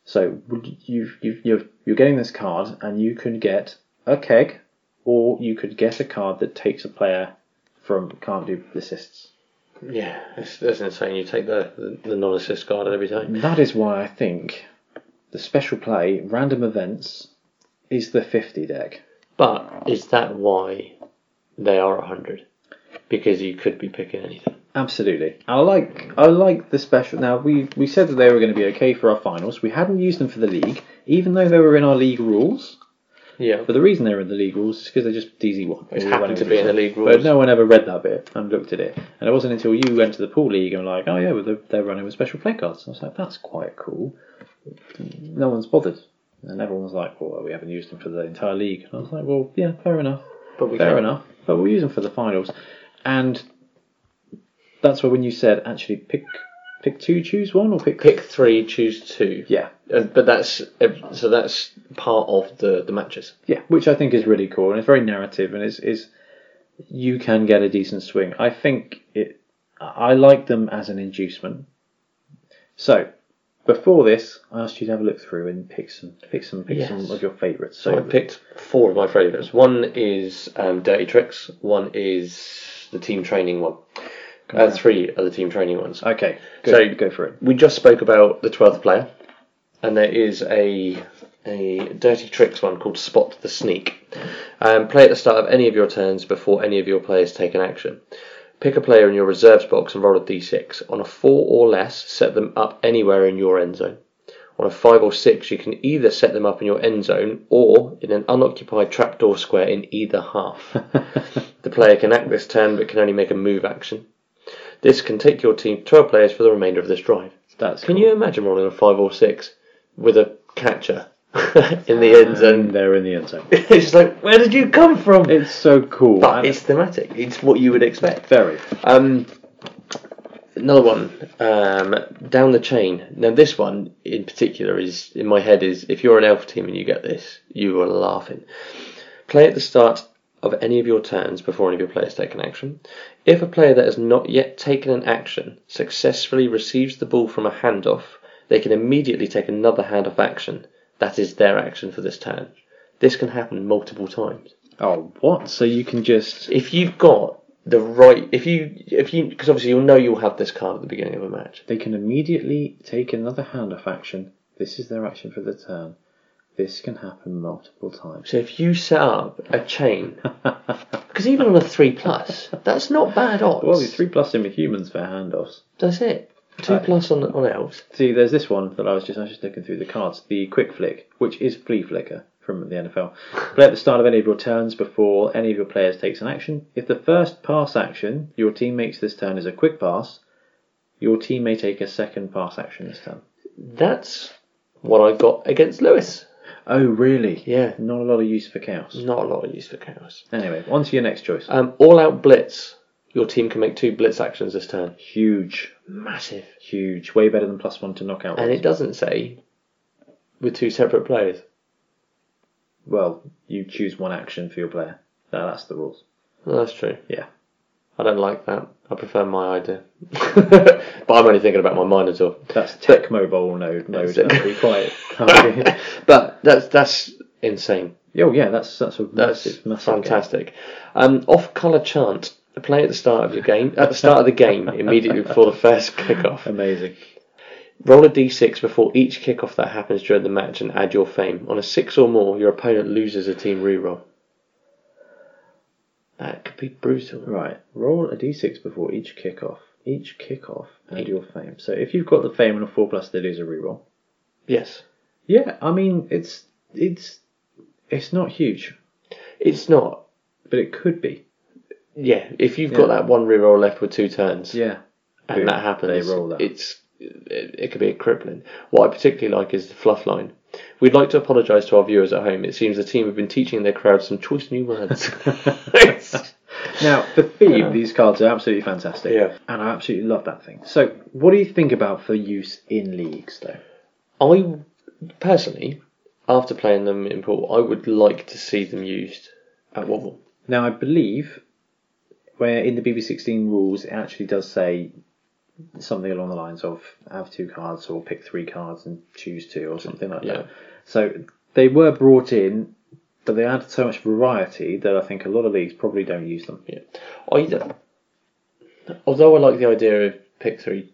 So would you, you, you're, you're getting this card, and you can get a keg, or you could get a card that takes a player from can't do assists.
Yeah, that's, that's insane. You take the, the, the non assist guard every time.
That is why I think the special play, random events, is the 50 deck.
But is that why they are 100? Because you could be picking anything.
Absolutely. I like I like the special. Now we we said that they were going to be okay for our finals. We hadn't used them for the league, even though they were in our league rules.
Yeah.
But the reason they were in the league rules is because they're just DZ one.
It happened to be in the league rules.
But no one ever read that bit and looked at it. And it wasn't until you went to the pool league and were like, oh yeah, well, they're, they're running with special play cards. I was like, that's quite cool. No one's bothered. And everyone was like, well, we haven't used them for the entire league. And I was like, well, yeah, fair enough.
But we
fair
can-
enough. But we'll use them for the finals. And that's where when you said, actually, pick pick two, choose one, or pick...
Pick three, choose two.
Yeah,
Uh, but that's ev- so that's part of the, the matches.
yeah, which I think is really cool, and it's very narrative, and it's is you can get a decent swing. I think it. I like them as an inducement. So, before this, I asked you to have a look through and pick some, pick some, pick some
Yes.
of your favourites.
So I
So,
picked four of my favourites. One is um, Dirty Tricks. One is the team training one. Uh, three are the team training ones.
okay, go,
So-
go for it.
We just spoke about the twelfth player, and there is a a dirty tricks one called Spot the Sneak. Um, play at the start of any of your turns before any of your players take an action. Pick a player in your reserves box and roll a d6. On a four or less, set them up anywhere in your end zone. On a five or six, you can either set them up in your end zone or in an unoccupied trapdoor square in either half. the player can act this turn but can only make a move action. This can take your team to 12 players for the remainder of this drive.
That's
Can
cool.
you imagine rolling a five or six with a catcher in the end
And
zone?
they're in the end zone.
it's like, where did you come from?
It's so cool.
but
and
it's thematic. It's what you would expect.
very.
Um, another one, um, down the chain. Now this one in particular is in my head is if you're an elf team and you get this, you are laughing. Play at the start of any of your turns before any of your players take an action. If a player that has not yet taken an action successfully receives the ball from a handoff, they can immediately take another handoff action. That is their action for this turn. This can happen multiple times
Oh, what? So you can just.
if you've got the right if you if you because obviously you'll know you'll have this card at the beginning of a match
They can immediately take another handoff action. This is their action for the turn. This can happen multiple times.
so if you set up a chain because even on a three plus that's not bad odds
Well, it's three plus him with humans for handoffs.
that's it two plus on on elves
See, there's this one that I was just I was just looking through the cards. The quick flick, which is flea flicker from the NFL. Play at the start of any of your turns before any of your players takes an action. If the first pass action your team makes this turn is a quick pass, your team may take a second pass action this turn.
that's what i got against lewis
Oh, really?
yeah
Not a lot of use for chaos.
not a lot of use for cows
Anyway, on to your next choice.
um all out blitz your team can make two blitz actions this turn
Huge,
massive
huge, way better than plus one to knockout.
and
rolls.
it doesn't say with two separate players
Well, you choose one action for your player. No, that's the rules.
Well, that's true
Yeah.
I don't like that. I prefer my idea. but I'm only thinking about my minotaur.
That's tech mobile node mode.
it.
That'd be quite.
but that's that's insane.
Oh yeah, that's that's a
That's
massive, massive game.
fantastic. Um, off colour chant. Play at the start of your game. At the start of the game, immediately before the first kickoff.
Amazing.
Roll a d6 before each kickoff that happens during the match and add your fame. On a 6 or more, your opponent loses a team reroll. That could be brutal.
Right, roll a d6 before each kickoff. Each kickoff, add your fame. So if you've got the fame and a four plus, they lose a reroll.
Yes.
Yeah, I mean it's it's it's not huge,
It's not.
but it could be.
Yeah, if you've got
Yeah.
that one reroll left with two turns
Yeah,
and that happens,
they roll that.
it's it, it could be a crippling. What I particularly like is the fluff line. We'd like to apologise to our viewers at home. It seems the team have been teaching their crowd some choice new words.
Now for theme, these cards are absolutely fantastic.
Yeah.
and I absolutely love that thing. So what do you think about for use in leagues though?
I personally, after playing them in pool, I would like to see them used at Wobble.
Now I believe where in the BB16 rules it actually does say something along the lines of have two cards or pick three cards and choose two or something like
Yeah.
that. So they were brought in, but they added so much variety that I think a lot of leagues probably don't use them.
Yeah. I d- although I like the idea of pick three,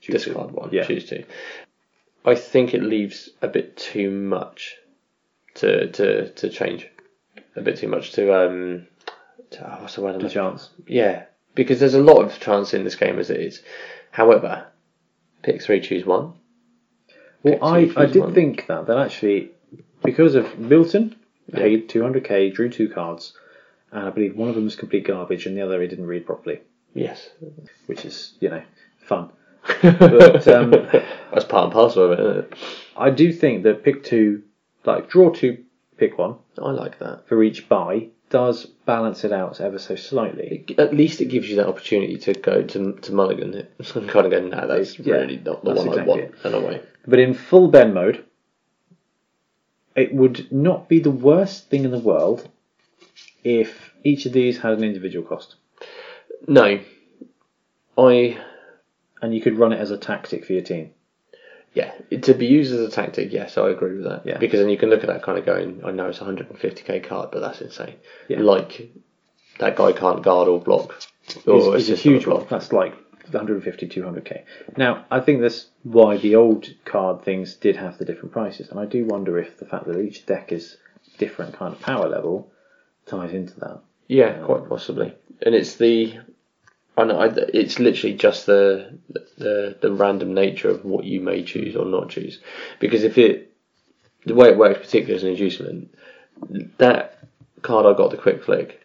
Choose two.
discard one,
Yeah.
choose two. I think it leaves a bit too much to to to change, a bit too much to um, to, oh, what's the word? I'm
The
looking-
chance.
Yeah, because there's a lot of chance in this game as it is. However, pick three, choose one.
Well,
Pick
I,
two,
I
choose
did
one.
think that that actually because of Milton paid 200k, drew two cards, and I believe one of them was complete garbage and the other he didn't read properly,
Yes,
which is you know fun.
but,
um,
that's part and parcel of it, isn't it?
I do think that pick two, like draw two, pick one
I like that.
for each buy, does balance it out ever so slightly.
It, at least it gives you that opportunity to go to, to Mulligan it. I'm kind of going, no, that's
Yeah,
really not the
that's
one
exactly
I want. In a way,
But in full Ben mode, it would not be the worst thing in the world if each of these had an individual cost.
no, I
And you could run it as a tactic for your team.
yeah to be used as a tactic. Yes, I agree with that.
Yeah.
because then you can look at that kind of going, I know it's a 150k card, but that's insane.
Yeah.
Like that guy can't guard or block.
It's,
Or
it's a
assist on the
huge one. That's like 150, 200k. Now, I think that's why the old card things did have the different prices. And I do wonder if the fact that each deck is different kind of power level ties into that.
Yeah, quite possibly. And it's the, I know, I, it's literally just the, the the random nature of what you may choose or not choose, because if it, the way it works, particularly as an inducement, that card I got the quick flick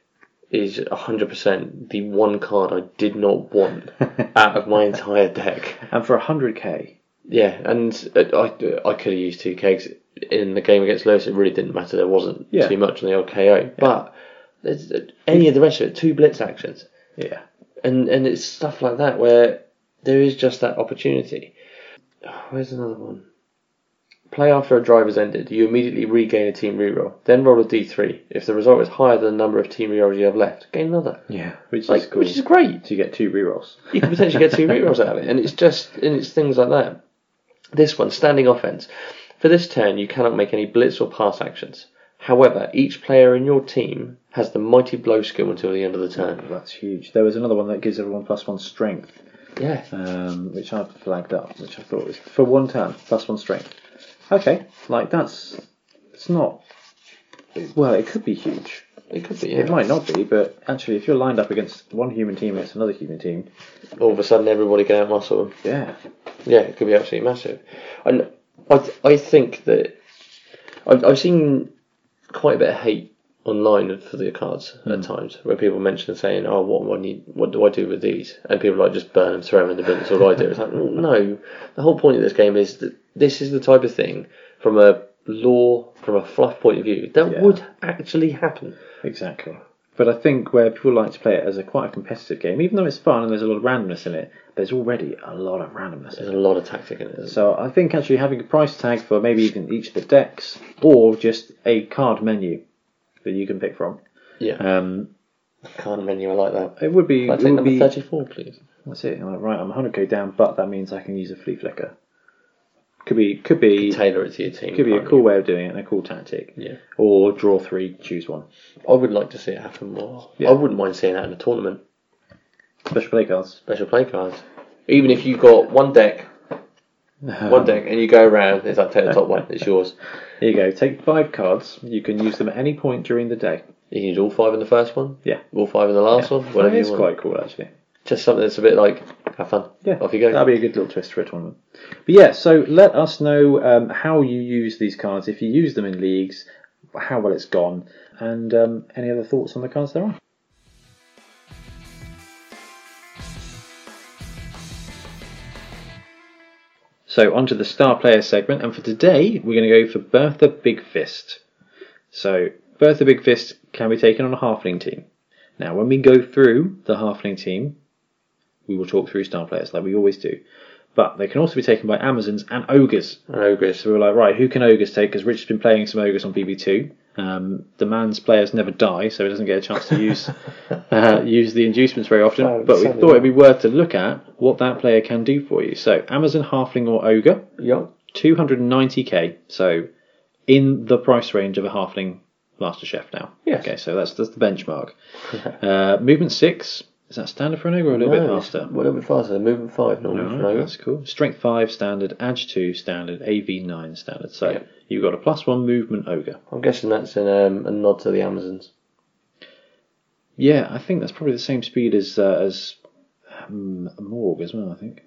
is 100% the one card I did not want out of my entire deck.
And for 100k,
Yeah, and uh, I, I could have used two kegs in the game against Lewis. It really didn't matter. There wasn't
Yeah.
too much on the old KO. But there's, uh, any of the rest of it, two blitz actions,
yeah.
and and it's stuff like that where there is just that opportunity. Oh, where's another one? Play after a drive has ended. You immediately regain a team reroll. Then roll a d3. If the result is higher than the number of team rerolls you have left, gain another.
Yeah. Which
Like,
is cool.
Which is great
So you get two rerolls.
you can potentially get two rerolls out of it, and it's just and it's things like that. This one, standing offense. For this turn, you cannot make any blitz or pass actions. However, each player in your team has the mighty blow skill until the end of the turn.
That's huge. There was another one that gives everyone plus one strength,
Yeah,
um, which I flagged up, which I thought was for one turn, plus one strength. Okay, like that's. It's not. Well, it could be huge.
it could be.
It
Yeah.
might not be, but actually, if you're lined up against one human team against another human team,
All of a sudden, everybody can outmuscle them.
yeah,
Yeah, it could be absolutely massive. And I, I think that I've, I've seen quite a bit of hate online for the cards
Hmm.
at times where people mention saying, "Oh, what do I need? What do I do with these?" And people like just burn them, throw them in the bin. That's all I do. It's like well, no. The whole point of this game is that this is the type of thing from a law, from a fluff point of view, that
Yeah.
would actually happen.
exactly. But I think where people like to play it as a quite a competitive game, even though it's fun and there's a lot of randomness in it, there's already a lot of randomness. In
There's
it.
a lot of tactic in it.
So I think actually having a price tag for maybe even each of the decks, or just a card menu that you can pick from,
Yeah,
um,
card menu. I like that.
it would be.
Can I
It
take
would
number
be
thirty-four, please.
that's it. I'm like, right, I'm 100k down, but that means I can use a flea flicker. Could be could be
Tailor it to your team.
could be a
can't
cool
you?
way of doing it and a cool tactic.
Yeah.
Or draw three, choose one.
I would like to see it happen more.
Yeah.
I wouldn't mind seeing that in a tournament.
Special play cards.
Special play cards. Even if you've got one deck,
Uh-huh. Um,
one deck, and you go around, it's like take the top one, it's yours.
Here you go. Take five cards. You can use them at any point during the day.
You can use all five in the first one.
Yeah.
All five in the last one.
Well,
Whatever
it's
you want.
quite cool actually.
Just something that's a bit like have fun.
Yeah, Um,
Off you go.
That'd be a good little twist for a tournament. But yeah, so let us know um, how you use these cards. If you use them in leagues, how well it's gone, and um, any other thoughts on the cards there are. So on to the star player segment, and for today we're going to go for Bertha Big Fist. So Bertha Big Fist can be taken on a halfling team. Now, when we go through the halfling team, we will talk through star players like we always do. But they can also be taken by Amazons and ogres.
An ogres.
So we were like, right, who can ogres take? Because Richard's been playing some ogres on BB2. Um, the man's players never die, so he doesn't get a chance to use uh, use the inducements very often.
Oh,
but we
sadly
thought it'd be worth to look at what that player can do for you. So Amazon, halfling, or ogre,
Yep.
290k. So in the price range of a halfling master chef now.
Yes.
Okay, so that's that's the benchmark. uh, movement six is that standard for an ogre or a little bit
Nice.
faster?
A little bit faster. Movement five normally for an
Alright,
ogre.
that's cool. Strength 5 standard, Edge 2 standard, AV 9 standard. So
Yep.
you've got a plus 1 movement ogre.
I'm guessing that's an, um, a nod to the Amazons.
Yeah, I think that's probably the same speed as uh, as um, Morg as well, I think.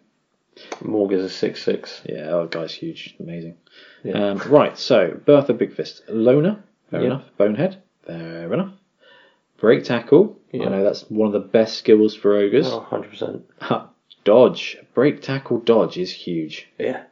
Morgan's a six six.
Yeah, oh, guy's huge. Amazing.
Yeah.
Um, right, so Bertha Big Fist. Loner, fair
Yeah.
enough. Bonehead, fair enough. Break tackle. I
Yeah.
know that's one of the best skills for ogres.
Oh, 100%.
Dodge. Break tackle dodge is huge.
Yeah.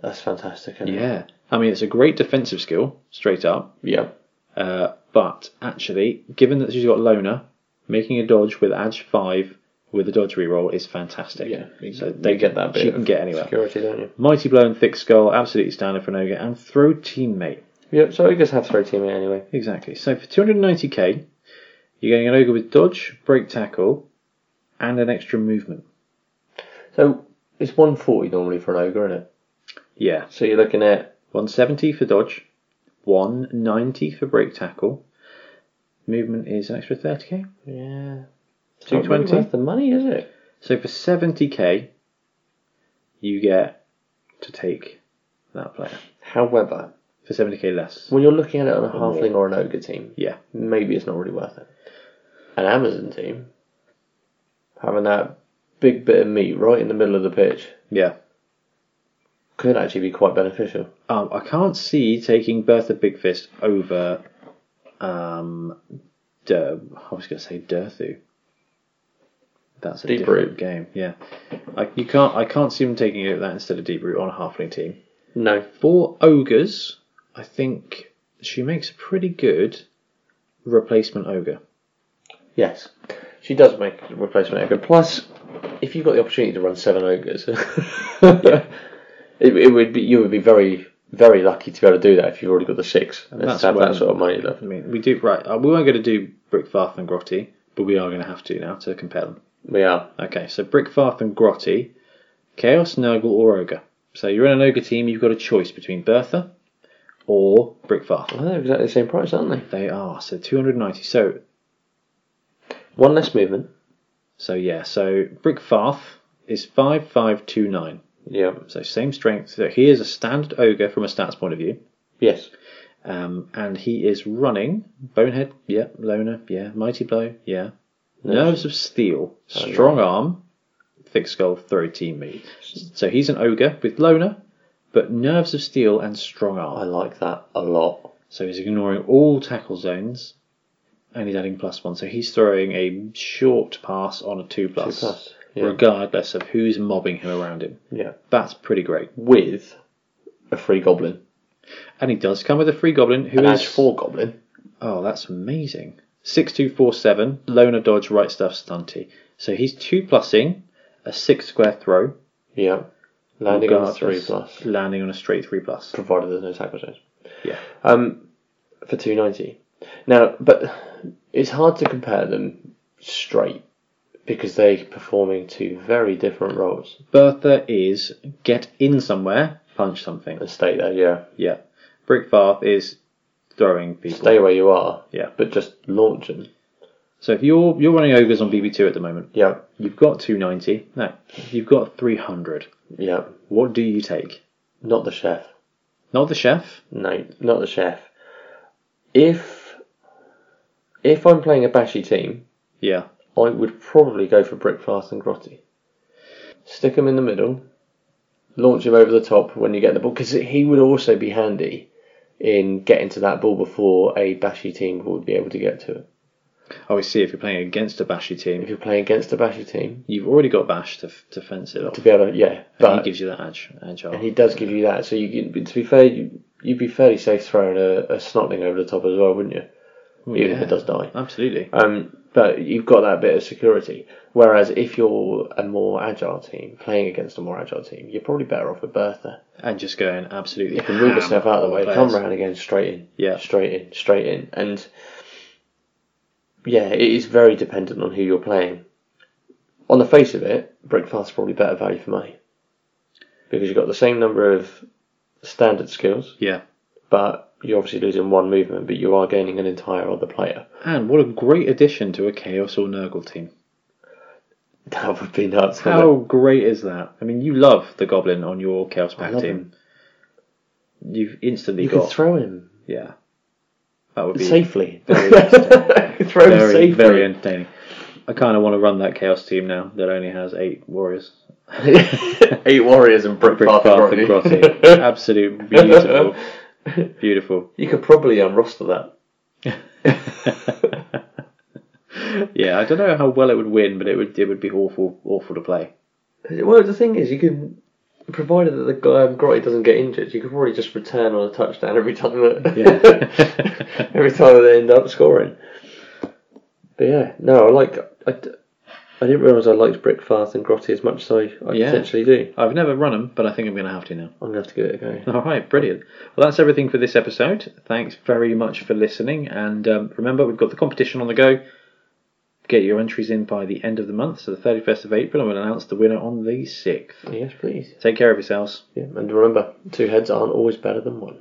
That's fantastic. Isn't It?
Yeah. I mean, it's a great defensive skill, straight up.
Yeah.
Uh, but actually, given that she's got Lona, making a dodge with Edge 5 with a dodge reroll is fantastic.
Yeah, you-
so
you
they
get that bit
She can
of
get anywhere.
Security, don't you?
Mighty Blow and Thick Skull, absolutely standard for an ogre, and Throw Teammate.
Yeah, so I guess have throw teammate anyway.
Exactly. So for 290k, you're getting an ogre with dodge, break tackle, and an extra movement.
So it's 140 normally for an ogre, isn't it?
Yeah,
So you're looking at
170 for dodge, 190 for break tackle. Movement is an extra 30k.
yeah, it's not really
220.
worth the money, is it?
So for 70k, you get to take that player.
However,
For 70k less.
when you're looking at it on a halfling or an ogre team,
Yeah.
maybe it's not really worth it. An Amazon team having that big bit of meat right in the middle of the pitch
Yeah.
could actually be quite beneficial.
Um, I can't see taking Bertha Big Fist over. Um, Dur- I was going to say Durthu. That's a
Deep
different
Root.
game. Yeah. I, you can't. I can't see them taking it that instead of Deep Root on a halfling team.
No,
For ogres, I think she makes a pretty good replacement ogre.
Yes, she does make a replacement ogre. Plus, if you've got the opportunity to run seven ogres, it, it would be you would be very very lucky to be able to do that if you've already got the six and
that's
to have
when-
that sort of money left.
I mean, we do right. Uh, we weren't going to do Brickfarth and Grotty, but we are going to have to now to compare them.
We are
Okay, so Brickfarth and Grotty, Chaos, Nurgle, or Ogre. So you're in an Ogre team. You've got a choice between Bertha or Brickfarth.
well, they're exactly the same price, aren't they?
They are so 290. So
One less movement.
so yeah. So Brickfarth is 5529.
Yeah.
So same strength. So he is a standard Ogre from a stats point of view.
Yes.
Um, and he is running Bonehead, yeah, Loner, yeah, Mighty Blow, yeah, Nerves of Steel,
Oh,
Strong Arm, Thick Skull, Throw Teammate. So he's an ogre with Loner, but Nerves of Steel and Strong
I
Arm.
like that a lot.
So he's ignoring all tackle zones, and he's adding plus one. So he's throwing a short pass on a two plus,
plus, yeah.
regardless of who's mobbing him around him.
Yeah.
That's pretty great.
With a free goblin,
And he does come with a free goblin who
an
is
edge four goblin.
Oh, that's amazing. 6247, loner dodge, right stuff, stunty. So he's 2 plussing a 6 square throw.
Yeah. Landing on a
regardless,
three plus,
Landing on a straight 3 plus.
provided there's no tackle change.
Yeah.
Um, for two ninety. Now, but it's hard to compare them straight because they're performing two very different roles.
Bertha is get in somewhere, punch something.
and stay there. Yeah,
Yeah. Brickbath is throwing people.
stay where you are.
Yeah.
but just launch them.
So if you're you're running overs on BB2 at the moment,
Yeah,
you've got 290. No, you've got 300.
yeah.
What do you take?
Not the chef.
Not the chef.
No, not the chef. If if I'm playing a bashy team,
Yeah.
I would probably go for Brickfast and Grotty. Stick him in the middle, launch him over the top when you get the ball, because he would also be handy in getting to that ball before a bashy team would be able to get to it.
Oh, I see. If you're playing against a bashy
If
team,
you're playing against a bashy team,
you've already got bash to, to fence it off.
to be able to yeah,
And he
but
gives you that edge. Agile.
And he does give you that. So you can, to be fair, you, you'd be fairly safe throwing a, a snotling over the top as well, wouldn't you?
Ooh,
Even if
yeah.
it does die.
Absolutely.
Um, but you've got that bit of security. Whereas if you're a more agile team, playing against a more agile team, you're probably better off with Bertha.
And just going absolutely.
You can move yourself out of the way,
Players.
come round again, straight in,
Yeah.
straight in, straight in, and yeah, it is very dependent on who you're playing. On the face of it, Brickfast's probably better value for money because you've got the same number of standard skills,
Yeah.
but you're obviously losing one movement, but you are gaining an entire other player.
And what a great addition to a Chaos or Nurgle team.
That would be nuts. wouldn't
How
it?
great is that? I mean, you love the Goblin on your Chaos Pack
love
team. You've instantly
you could
got
throw him
yeah. That would be
safely.
very entertaining.
throw him
very,
safely.
very entertaining. I kind of want to run that Chaos team now that only has eight warriors.
Eight warriors and
Brick Path and Grotty. Absolute beautiful, beautiful.
You could probably unroster that.
Yeah, I don't know how well it would win, but it would it would be awful awful to play.
Well, the thing is, you can, provided that the guy um, Grotti doesn't get injured, you could probably just return on a touchdown every time that
Yeah.
every time they end up scoring. But yeah, no, I like I, d- I didn't realise I liked Brickfast and Grotti as much as I, I
Yeah.
potentially do.
I've never run them, but I think I'm going to have to now.
I'm gonna have to give it a go.
All right, brilliant. Well, that's everything for this episode. Thanks very much for listening, and um, remember we've got the competition on the go. Get your entries in by the end of the month, so the 31st of April, and we'll announce the winner on the 6th.
Yes, please.
Take care of yourselves.
Yeah, and remember, two heads aren't always better than one.